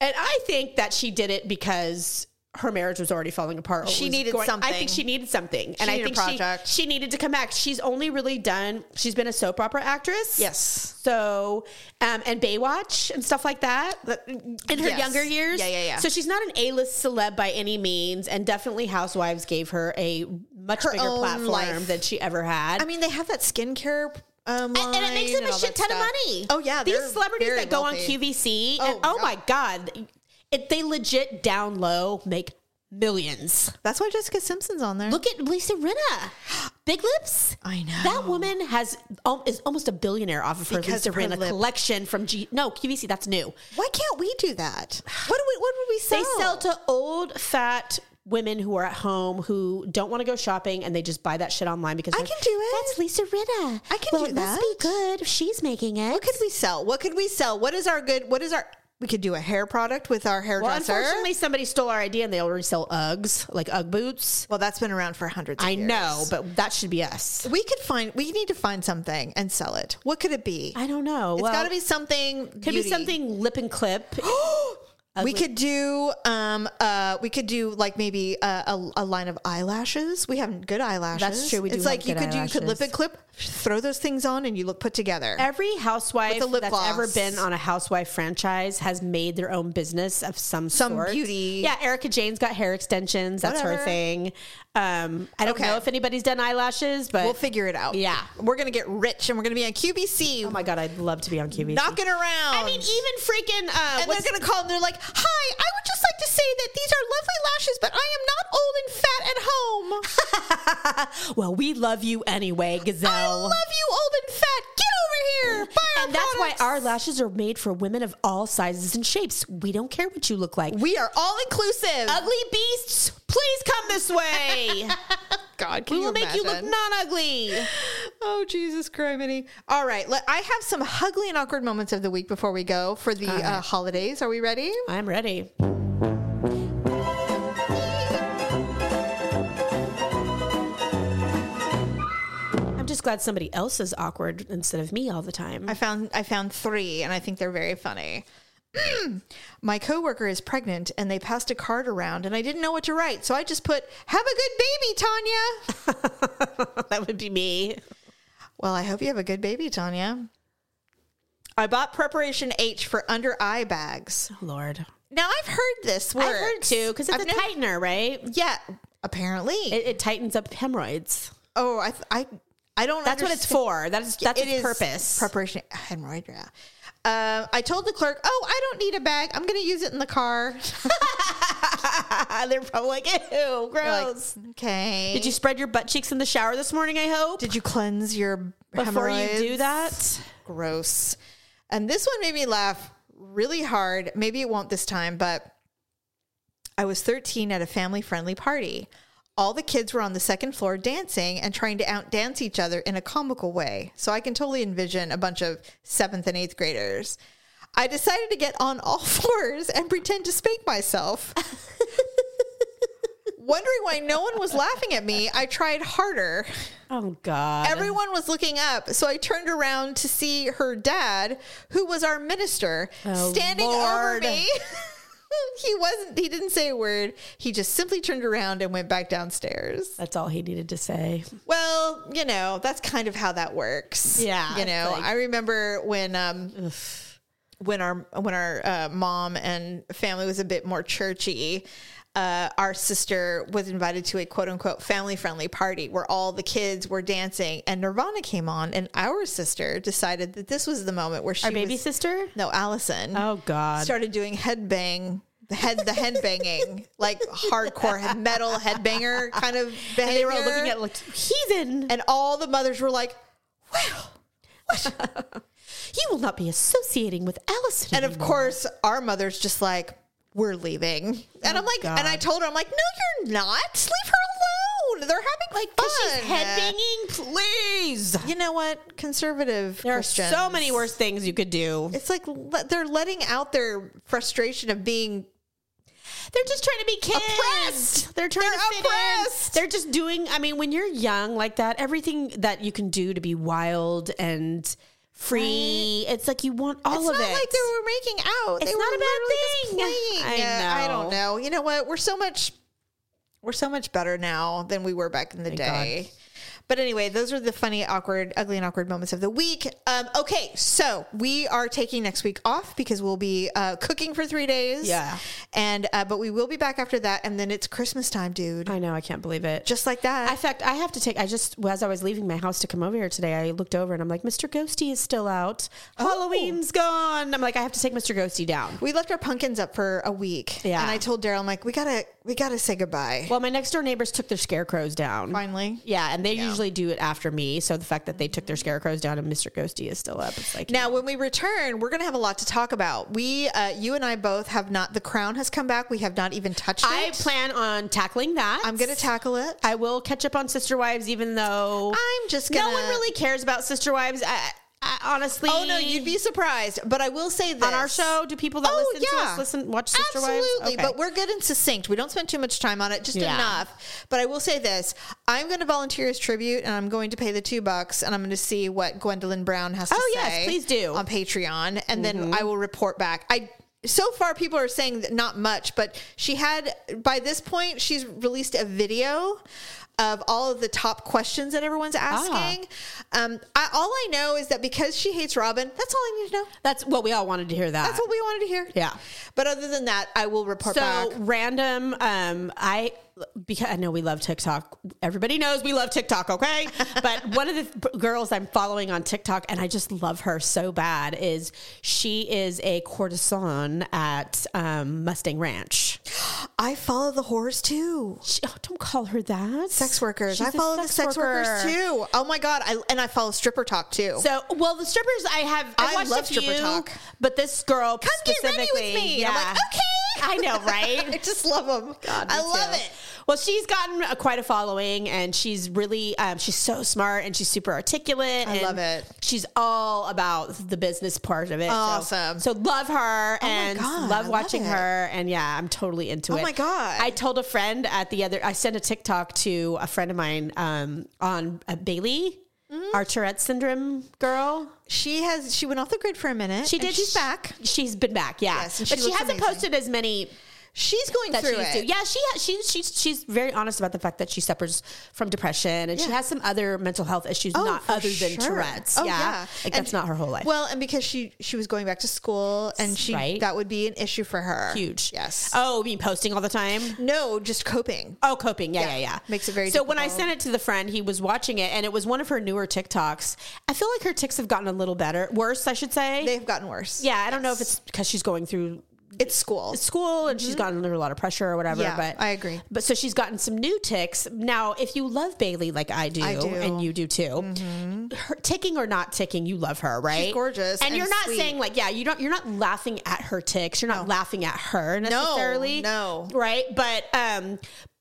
Speaker 2: and I think that she did it because her marriage was already falling apart. or
Speaker 1: She
Speaker 2: was
Speaker 1: needed
Speaker 2: I think
Speaker 1: something.
Speaker 2: she needed something, and I
Speaker 1: needed a
Speaker 2: think she-
Speaker 1: project.
Speaker 2: she needed to come back. She's only really done. She's been a soap opera actress.
Speaker 1: Yes.
Speaker 2: So, um, and Baywatch and stuff like that in her
Speaker 1: yes.
Speaker 2: younger years.
Speaker 1: Yeah, yeah, yeah.
Speaker 2: So she's not an A-list celeb by any means, and definitely Housewives gave her a much bigger
Speaker 1: own
Speaker 2: platform
Speaker 1: life.
Speaker 2: than she ever had.
Speaker 1: I mean, they have that skincare. Um,
Speaker 2: and, and it makes
Speaker 1: line
Speaker 2: them a
Speaker 1: all
Speaker 2: shit
Speaker 1: that
Speaker 2: ton of
Speaker 1: stuff.
Speaker 2: money.
Speaker 1: Oh yeah,
Speaker 2: these
Speaker 1: they're
Speaker 2: celebrities
Speaker 1: very
Speaker 2: that go
Speaker 1: wealthy.
Speaker 2: on QVC,
Speaker 1: Oh,
Speaker 2: and oh
Speaker 1: yeah.
Speaker 2: my god, it, they legit down low make millions.
Speaker 1: That's why Jessica Simpson's on there.
Speaker 2: Look at Lisa Rinna, big lips.
Speaker 1: I know
Speaker 2: That woman has um, is almost a billionaire off of her
Speaker 1: Because
Speaker 2: Lisa
Speaker 1: her
Speaker 2: Rinna
Speaker 1: lip-
Speaker 2: collection from G. No QVC, that's new.
Speaker 1: Why can't we do that? What do we? What would we sell?
Speaker 2: They sell to old fat women who are at home who don't want to go shopping and they just buy that shit online because
Speaker 1: I
Speaker 2: they're-
Speaker 1: can do it.
Speaker 2: That's Lisa Rinna.
Speaker 1: I can
Speaker 2: well,
Speaker 1: do
Speaker 2: it must be
Speaker 1: that.
Speaker 2: good if she's making it.
Speaker 1: What could we sell? What could we sell? What is our good? What is our? We could do a hair product with our
Speaker 2: Well,
Speaker 1: hairdresser.
Speaker 2: unfortunately, somebody stole our idea and they already sell Uggs, like Ugg boots.
Speaker 1: Well, that's been around for hundreds. Of
Speaker 2: I
Speaker 1: years.
Speaker 2: know, but that should be us.
Speaker 1: We could find. We need to find something and sell it. What could it be?
Speaker 2: I don't know.
Speaker 1: It's
Speaker 2: well,
Speaker 1: got to be something.
Speaker 2: Could be something lip and clip.
Speaker 1: We could do um uh we could do like maybe a, a, a line of eyelashes. We have good eyelashes.
Speaker 2: true, we do
Speaker 1: it's
Speaker 2: have
Speaker 1: like you
Speaker 2: good
Speaker 1: could do you could
Speaker 2: eyelashes.
Speaker 1: lip and clip, throw those things on, and you look put together.
Speaker 2: Every housewife
Speaker 1: With a lip
Speaker 2: that's
Speaker 1: gloss.
Speaker 2: ever been on a housewife franchise has made their own business of some
Speaker 1: Some
Speaker 2: sort.
Speaker 1: beauty.
Speaker 2: Yeah, Erica Jane's got hair extensions. That's
Speaker 1: Whatever.
Speaker 2: her thing. Um, I don't
Speaker 1: Okay.
Speaker 2: know if anybody's done eyelashes, but
Speaker 1: We'll figure it out.
Speaker 2: Yeah.
Speaker 1: we're gonna get rich, and we're gonna be on QBC,
Speaker 2: oh my god, I'd love to be on QVC.
Speaker 1: knocking around.
Speaker 2: I mean, even freaking. Uh,
Speaker 1: and
Speaker 2: what's-
Speaker 1: they're gonna call and they're like, "Hi, I would just like to say that these are lovely lashes, but I am not old and fat at home.
Speaker 2: well, we love you anyway,
Speaker 1: I
Speaker 2: Gazelle.
Speaker 1: love you, old and fat. Get over here. Buy our
Speaker 2: and that's why
Speaker 1: products."
Speaker 2: our lashes are made for women of all sizes and shapes. We don't care what you look like.
Speaker 1: we are all inclusive.
Speaker 2: ugly beasts, please come this way.
Speaker 1: God, can
Speaker 2: we will make you look
Speaker 1: imagine?
Speaker 2: not ugly.
Speaker 1: Oh Jesus Criminy! All right, let, I have some ugly and awkward moments of the week before we go for the uh, holidays. Are we ready?
Speaker 2: I'm ready. I'm just glad somebody else is awkward instead of me all the time.
Speaker 1: I found I found three, and I think they're very funny. My coworker is pregnant, and they passed a card around, and I didn't know what to write, so I just put "Have a good baby, Tanya."
Speaker 2: that would be me.
Speaker 1: well, I hope you have a good baby, Tanya. I bought preparation H for under eye bags.
Speaker 2: Oh, Lord.
Speaker 1: Now I've heard this word
Speaker 2: I heard too, because it's
Speaker 1: I've
Speaker 2: a
Speaker 1: never-
Speaker 2: tightener, right?
Speaker 1: Yeah, apparently.
Speaker 2: It, it tightens up hemorrhoids.
Speaker 1: oh, I th- I I don't.
Speaker 2: That's what it's
Speaker 1: understand-
Speaker 2: for. That is that's
Speaker 1: It
Speaker 2: its
Speaker 1: is
Speaker 2: purpose.
Speaker 1: Preparation hemorrhoid. Yeah. Um, I told the clerk, "Oh, I don't need a bag. I'm going to use it in the car."
Speaker 2: Ah, They're probably like, ew,
Speaker 1: They're like,
Speaker 2: gross.
Speaker 1: okay.
Speaker 2: Did you spread your butt cheeks in the shower this morning? I hope.
Speaker 1: did you cleanse your
Speaker 2: Before you do
Speaker 1: hemorrhoids?
Speaker 2: that,
Speaker 1: Gross. And this one made me laugh really hard. Maybe it won't this time, but I was 13 at a family-friendly party. All the kids were on the second floor dancing and trying to outdance each other in a comical way. So I can totally envision a bunch of seventh and eighth graders. I decided to get on all fours and pretend to spank myself. Wondering why no one was laughing at me, I tried harder.
Speaker 2: oh god,
Speaker 1: Everyone was looking up, so I turned around to see her dad, who was our minister,
Speaker 2: Oh,
Speaker 1: standing over
Speaker 2: Lord.
Speaker 1: me. he wasn't he didn't say a word. He just simply turned around and went back downstairs.
Speaker 2: that's all he needed to say.
Speaker 1: Well, you know, that's kind of how that works.
Speaker 2: Yeah,
Speaker 1: You
Speaker 2: it's
Speaker 1: know,
Speaker 2: like-
Speaker 1: I remember when um when our when our uh, mom and family was a bit more churchy, uh, our sister was invited to a quote unquote family friendly party where all the kids were dancing and Nirvana came on, and our sister decided that this was the moment where she
Speaker 2: Our baby
Speaker 1: was-
Speaker 2: sister.
Speaker 1: no Allison
Speaker 2: Oh god,
Speaker 1: started doing headbang. The head, the head banging, like hardcore head metal headbanger kind of behavior.
Speaker 2: they were all looking at like heathen.
Speaker 1: and all the mothers were like,
Speaker 2: You will not be associating with Allison.
Speaker 1: and of
Speaker 2: anymore.
Speaker 1: course, our mother's just like, we're leaving.
Speaker 2: Oh
Speaker 1: And I'm like, and I told her, I'm like, no, you're not. Leave her alone. They're having like fun.
Speaker 2: she's headbanging. Please,
Speaker 1: You know what? Conservative
Speaker 2: there are
Speaker 1: Christians.
Speaker 2: so many worse things you could do.
Speaker 1: It's like le- they're letting out their frustration of being.
Speaker 2: They're just trying to be kids.
Speaker 1: Oppressed.
Speaker 2: They're trying
Speaker 1: They're
Speaker 2: to fit
Speaker 1: oppressed.
Speaker 2: in. They're just doing. I mean, when you're young like that, everything that you can do to be wild and free, it's like you want all
Speaker 1: It's
Speaker 2: of
Speaker 1: not
Speaker 2: it.
Speaker 1: like they were making out. they
Speaker 2: It's
Speaker 1: were
Speaker 2: not a bad
Speaker 1: literally just
Speaker 2: thing.
Speaker 1: playing.
Speaker 2: I
Speaker 1: Yeah, I
Speaker 2: know.
Speaker 1: don't know. You know what? We're so much. We're so much better now than we were back in the
Speaker 2: God.
Speaker 1: day. But anyway, those are the funny, awkward, ugly, and awkward moments of the week. Um, okay, so we are taking next week off because we'll be uh, cooking for three days.
Speaker 2: Yeah.
Speaker 1: and uh, but we will be back after that, and then it's Christmas time, dude.
Speaker 2: I know. I can't believe it.
Speaker 1: Just like that.
Speaker 2: in fact, I have to take. I just as I was leaving my house to come over here today, I looked over and I'm like, Mr. Ghosty is still out. Halloween's gone. I'm like, I have to take Mr. Ghosty down.
Speaker 1: we left our pumpkins up for a week.
Speaker 2: Yeah.
Speaker 1: and I told Daryl, I'm like, we gotta, we gotta say goodbye.
Speaker 2: Well, my next door neighbors took their scarecrows down.
Speaker 1: Finally,
Speaker 2: Yeah, and they usually do it after me. So the fact that they took their scarecrows down and Mr. Ghosty is still up, it's like
Speaker 1: Now, when we return, we're going to have a lot to talk about. We, uh, you and I both have not, the crown has come back. We have not even touched it.
Speaker 2: I plan on tackling that.
Speaker 1: I'm going to tackle it.
Speaker 2: I will catch up on Sister Wives, even though
Speaker 1: I'm just going to.
Speaker 2: no one really cares about Sister Wives. I, I honestly.
Speaker 1: Oh, no, you'd be surprised. But I will say this.
Speaker 2: on our show. Do people that
Speaker 1: Oh,
Speaker 2: listen
Speaker 1: yeah.
Speaker 2: to us listen watch Sister Wives?
Speaker 1: Absolutely,
Speaker 2: Okay.
Speaker 1: but we're good and succinct. We don't spend too much time on it, just
Speaker 2: Yeah.
Speaker 1: enough. But I will say this: I'm going to volunteer as tribute, and I'm going to pay the two bucks, and I'm going to see what Gwendolyn Brown has to
Speaker 2: Oh,
Speaker 1: say.
Speaker 2: yes, please do. Mm-hmm.
Speaker 1: on Patreon, and then I will report back. I so far people are saying that not much, but she had by this point she's released a video of all of the top questions that everyone's
Speaker 2: Ah.
Speaker 1: asking. Um, I, all I know is that because she hates Robin, that's all I need to know.
Speaker 2: That's what we all wanted to hear. That
Speaker 1: That's what we wanted to hear.
Speaker 2: Uh, Yeah.
Speaker 1: But other than that, I will report
Speaker 2: so
Speaker 1: back.
Speaker 2: random. Um, I because I know we love TikTok. Everybody knows we love TikTok. Okay, but one of the f- girls I'm following on TikTok, and I just love her so bad. Is she is a courtesan at um, Mustang Ranch?
Speaker 1: I follow the whores too.
Speaker 2: She, oh, don't call her that.
Speaker 1: Sex workers.
Speaker 2: She's
Speaker 1: I
Speaker 2: a
Speaker 1: follow the sex workers
Speaker 2: worker.
Speaker 1: too. Oh my god! I, and I follow stripper talk too.
Speaker 2: So, well, the strippers I have. I,
Speaker 1: I
Speaker 2: watched
Speaker 1: love
Speaker 2: a few,
Speaker 1: stripper talk.
Speaker 2: but this girl
Speaker 1: Come get
Speaker 2: specifically,
Speaker 1: ready with me.
Speaker 2: Yeah.
Speaker 1: And I'm like, okay.
Speaker 2: I know, right?
Speaker 1: I just love them. I
Speaker 2: Me
Speaker 1: love
Speaker 2: too.
Speaker 1: it.
Speaker 2: Well, she's gotten uh, quite a following, and she's really um, she's so smart and she's super articulate. I
Speaker 1: love it.
Speaker 2: She's all about the business part of it. So-
Speaker 1: Awesome. Oh
Speaker 2: So, love her and
Speaker 1: God, I
Speaker 2: love
Speaker 1: love
Speaker 2: watching
Speaker 1: it. Oh
Speaker 2: her. And yeah, I'm totally into it.
Speaker 1: my God.
Speaker 2: I told a friend at the other. I sent a TikTok to a friend of mine um, on uh, Bailey.
Speaker 1: Mm-hmm.
Speaker 2: Our Tourette syndrome girl.
Speaker 1: She has. She went off the grid for a minute.
Speaker 2: She did.
Speaker 1: And she's back.
Speaker 2: She's been back. Yeah,
Speaker 1: Yes, and
Speaker 2: but
Speaker 1: she
Speaker 2: she
Speaker 1: looks
Speaker 2: hasn't
Speaker 1: amazing.
Speaker 2: posted as many
Speaker 1: She's going
Speaker 2: that
Speaker 1: through
Speaker 2: she used
Speaker 1: it.
Speaker 2: to. Yeah, she she she's she's very honest about the fact that she suffers from depression and she
Speaker 1: Yeah.
Speaker 2: has some other mental health issues,
Speaker 1: Oh,
Speaker 2: not
Speaker 1: for
Speaker 2: other than
Speaker 1: sure.
Speaker 2: Tourette's.
Speaker 1: Oh,
Speaker 2: yeah,
Speaker 1: yeah.
Speaker 2: like
Speaker 1: And-
Speaker 2: that's not her whole life.
Speaker 1: Well, and because she she was going back to school, and she
Speaker 2: Right.
Speaker 1: that would be an issue for her.
Speaker 2: Huge.
Speaker 1: Yes.
Speaker 2: Oh, you mean posting all the time?
Speaker 1: no, just coping.
Speaker 2: Oh, coping. Yeah, yeah, yeah.
Speaker 1: Makes it very
Speaker 2: So when I
Speaker 1: difficult.
Speaker 2: sent it to the friend, he was watching it, and it was one of her newer TikToks. I feel like her ticks have gotten a little better, worse, I should say.
Speaker 1: They've gotten worse.
Speaker 2: yeah, I don't know if it's because she's going through
Speaker 1: it's school.
Speaker 2: school and she's gotten under a lot of pressure or whatever.
Speaker 1: Mm-hmm. Yeah,
Speaker 2: but
Speaker 1: I agree.
Speaker 2: But so she's gotten some new ticks. Now, if you love Bailey like I do,
Speaker 1: I do. Mm-hmm.
Speaker 2: and you do too, her, ticking or not ticking, you love her, right?
Speaker 1: gorgeous
Speaker 2: and,
Speaker 1: and
Speaker 2: you're not
Speaker 1: sweet.
Speaker 2: saying like, yeah, you don't. You're not laughing at her ticks. You're not laughing at her necessarily.
Speaker 1: no.
Speaker 2: right? But um.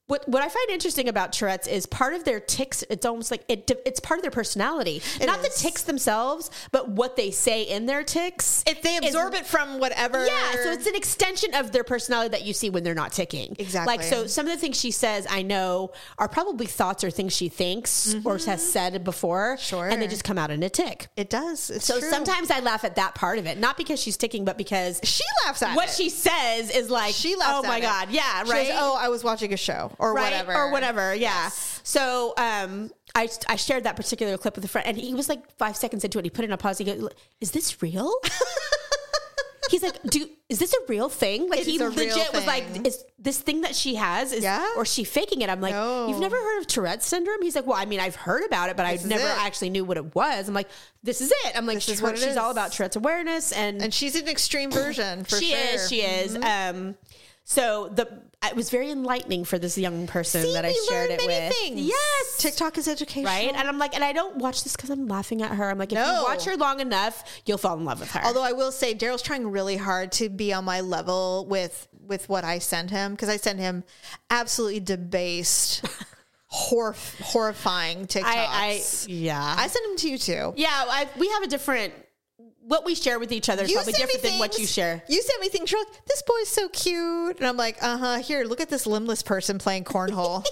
Speaker 2: What, what I find interesting about Tourette's is part of their ticks. It's almost like it. de- It's part of their personality, not the
Speaker 1: is.
Speaker 2: ticks themselves, but what they say in their ticks.
Speaker 1: If they
Speaker 2: is
Speaker 1: absorb it from whatever.
Speaker 2: yeah, so it's an extension of their personality that you see when they're not ticking.
Speaker 1: Exactly.
Speaker 2: Like so some of the things she says I know are probably thoughts or things she thinks or has said before.
Speaker 1: Mm-hmm. Sure.
Speaker 2: And they just come out in a tick.
Speaker 1: it does. It's
Speaker 2: So
Speaker 1: true.
Speaker 2: sometimes I laugh at that part of it. Not because she's ticking, but because
Speaker 1: she laughs at
Speaker 2: what
Speaker 1: it.
Speaker 2: she says is like
Speaker 1: she laughs.
Speaker 2: Oh my
Speaker 1: at it.
Speaker 2: god. Yeah,
Speaker 1: She
Speaker 2: right.
Speaker 1: goes, oh, I was watching a show or
Speaker 2: Right?
Speaker 1: whatever
Speaker 2: Or whatever. Yeah. So um I, I shared that particular clip with a friend and he was like five seconds into it. He put in a pause. He goes, Is this real? He's like, do is this a real thing? Like
Speaker 1: It
Speaker 2: he
Speaker 1: is a
Speaker 2: legit
Speaker 1: real
Speaker 2: was like,
Speaker 1: thing.
Speaker 2: is this thing that she has? Is
Speaker 1: Yeah.
Speaker 2: or is she faking it? I'm like,
Speaker 1: No.
Speaker 2: you've never heard of Tourette's syndrome? He's like, well, I mean, I've heard about it, but I
Speaker 1: is
Speaker 2: never
Speaker 1: it.
Speaker 2: actually knew what it was. I'm like, this is it. I'm like,
Speaker 1: This is
Speaker 2: Tourette-
Speaker 1: what it
Speaker 2: she's all
Speaker 1: is.
Speaker 2: about Tourette's awareness and,
Speaker 1: And she's an extreme version for
Speaker 2: she
Speaker 1: sure.
Speaker 2: is, she is. Um, so the it was very enlightening for this young person
Speaker 1: See,
Speaker 2: that I
Speaker 1: we
Speaker 2: shared
Speaker 1: learn
Speaker 2: it
Speaker 1: many
Speaker 2: with.
Speaker 1: things.
Speaker 2: Yes,
Speaker 1: TikTok is educational.
Speaker 2: right? And I'm like, and I don't watch this because I'm laughing at her. I'm like, if you
Speaker 1: No.
Speaker 2: watch her long enough, you'll fall in love with her.
Speaker 1: Although I will say Daryl's trying really hard to be on my level with with what I send him because I send him absolutely debased, hor- horrifying TikToks.
Speaker 2: I, I
Speaker 1: I,
Speaker 2: yeah,
Speaker 1: send them to you too.
Speaker 2: Yeah, I, we have a different. What we share with each other is
Speaker 1: You
Speaker 2: probably
Speaker 1: send me
Speaker 2: different than what you
Speaker 1: things-
Speaker 2: share.
Speaker 1: You send me things. You're like, this boy's so cute, and I'm like, uh huh. Here, look at this limbless person playing cornhole.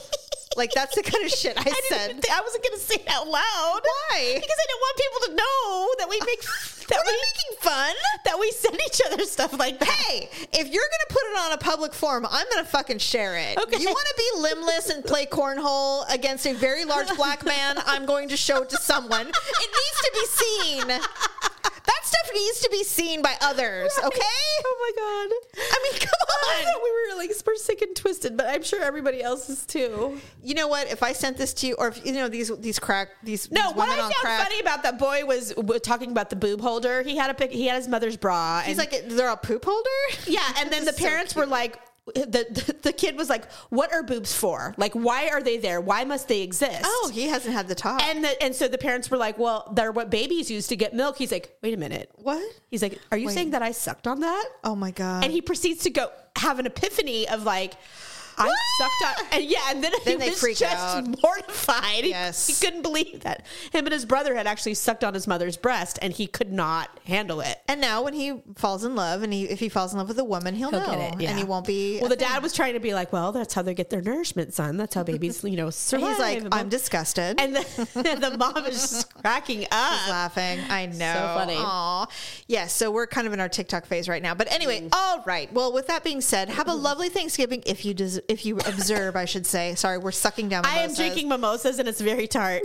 Speaker 1: like that's the kind of shit I,
Speaker 2: I
Speaker 1: send.
Speaker 2: didn't. Even think, I wasn't going to say it out loud.
Speaker 1: Why?
Speaker 2: Because I didn't want people to know that we make that we making fun that we send each other stuff like that.
Speaker 1: hey, if you're gonna put it on a public forum, I'm gonna fucking share it.
Speaker 2: Okay.
Speaker 1: You want to be limbless and play cornhole against a very large black man? I'm going to show it to someone. It needs to be seen. That stuff needs to be seen by others. Okay.
Speaker 2: Oh my god.
Speaker 1: I mean, come on.
Speaker 2: we were like super sick and twisted, but I'm sure everybody else is too.
Speaker 1: You know what? If I sent this to you, or if you know these these crack these
Speaker 2: No,
Speaker 1: these
Speaker 2: what I
Speaker 1: women on
Speaker 2: found
Speaker 1: crack,
Speaker 2: funny about that boy was, w talking about the boob holder. He had a pic, he had his mother's bra.
Speaker 1: he's like they're a poop holder.
Speaker 2: Yeah, and then the
Speaker 1: This is so
Speaker 2: parents were like, the, the the kid was like, "What are boobs for? Like, why are they there? Why must they exist?"
Speaker 1: Oh, he hasn't had the talk.
Speaker 2: and the, and so the parents were like, "Well, they're what babies use to get milk." He's like, "Wait a minute,
Speaker 1: what?
Speaker 2: He's like, "Are you saying that I sucked on that?"
Speaker 1: Oh my god.
Speaker 2: And he proceeds to go have an epiphany of like, I sucked up. And yeah, and then, he
Speaker 1: Then they
Speaker 2: was
Speaker 1: freak
Speaker 2: just
Speaker 1: out.
Speaker 2: mortified. He-
Speaker 1: Yes.
Speaker 2: He, couldn't believe that. Him and his brother had actually sucked on his mother's breast and he could not handle it.
Speaker 1: And now when he falls in love, and he if he falls in love with a woman, he'll,
Speaker 2: He'll
Speaker 1: know,
Speaker 2: get it, yeah.
Speaker 1: and he won't be.
Speaker 2: Well, the dad was trying to be like, well, that's how they get their nourishment, son. That's how babies, you know, survive.
Speaker 1: he's like,
Speaker 2: And
Speaker 1: I'm disgusted.
Speaker 2: And the, the mom is just cracking
Speaker 1: was
Speaker 2: up.
Speaker 1: laughing. I know.
Speaker 2: funny.
Speaker 1: Aw. Yeah, so we're kind of in our TikTok phase right now. But anyway,
Speaker 2: Mm.
Speaker 1: all right. Well, with that being said, have a lovely Thanksgiving if you des- if you observe, I should say. Sorry, we're sucking down
Speaker 2: I am
Speaker 1: mimosas.
Speaker 2: drinking mimosas and it's very tart.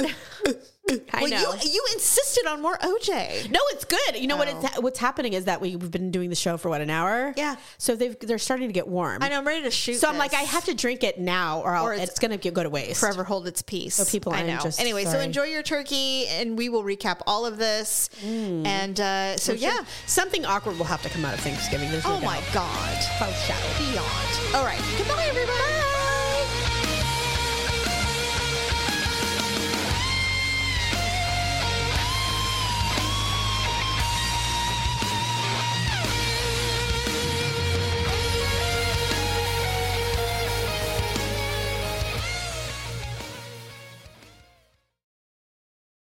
Speaker 2: I
Speaker 1: Well,
Speaker 2: know.
Speaker 1: you you insisted on more OJ.
Speaker 2: No, it's good. You know what?
Speaker 1: Oh.
Speaker 2: It's, what's happening is that we, we've been doing the show for what an hour.
Speaker 1: Yeah.
Speaker 2: So they've they're starting to get warm.
Speaker 1: I know I'm ready to shoot.
Speaker 2: So I'm like,
Speaker 1: this.
Speaker 2: I have to drink it now, or, I'll,
Speaker 1: Or it's-
Speaker 2: it's, going to go to waste.
Speaker 1: forever hold its peace. So
Speaker 2: Oh, people,
Speaker 1: I
Speaker 2: I'm
Speaker 1: know.
Speaker 2: just
Speaker 1: anyway, so
Speaker 2: sorry.
Speaker 1: enjoy your turkey, and we will recap all of this.
Speaker 2: Mm.
Speaker 1: And uh, so yeah.
Speaker 2: something awkward will have to come out of Thanksgiving. There's no
Speaker 1: Oh my
Speaker 2: doubt.
Speaker 1: God.
Speaker 2: Foreshadow.
Speaker 1: Beyond. All right. Goodbye, everybody.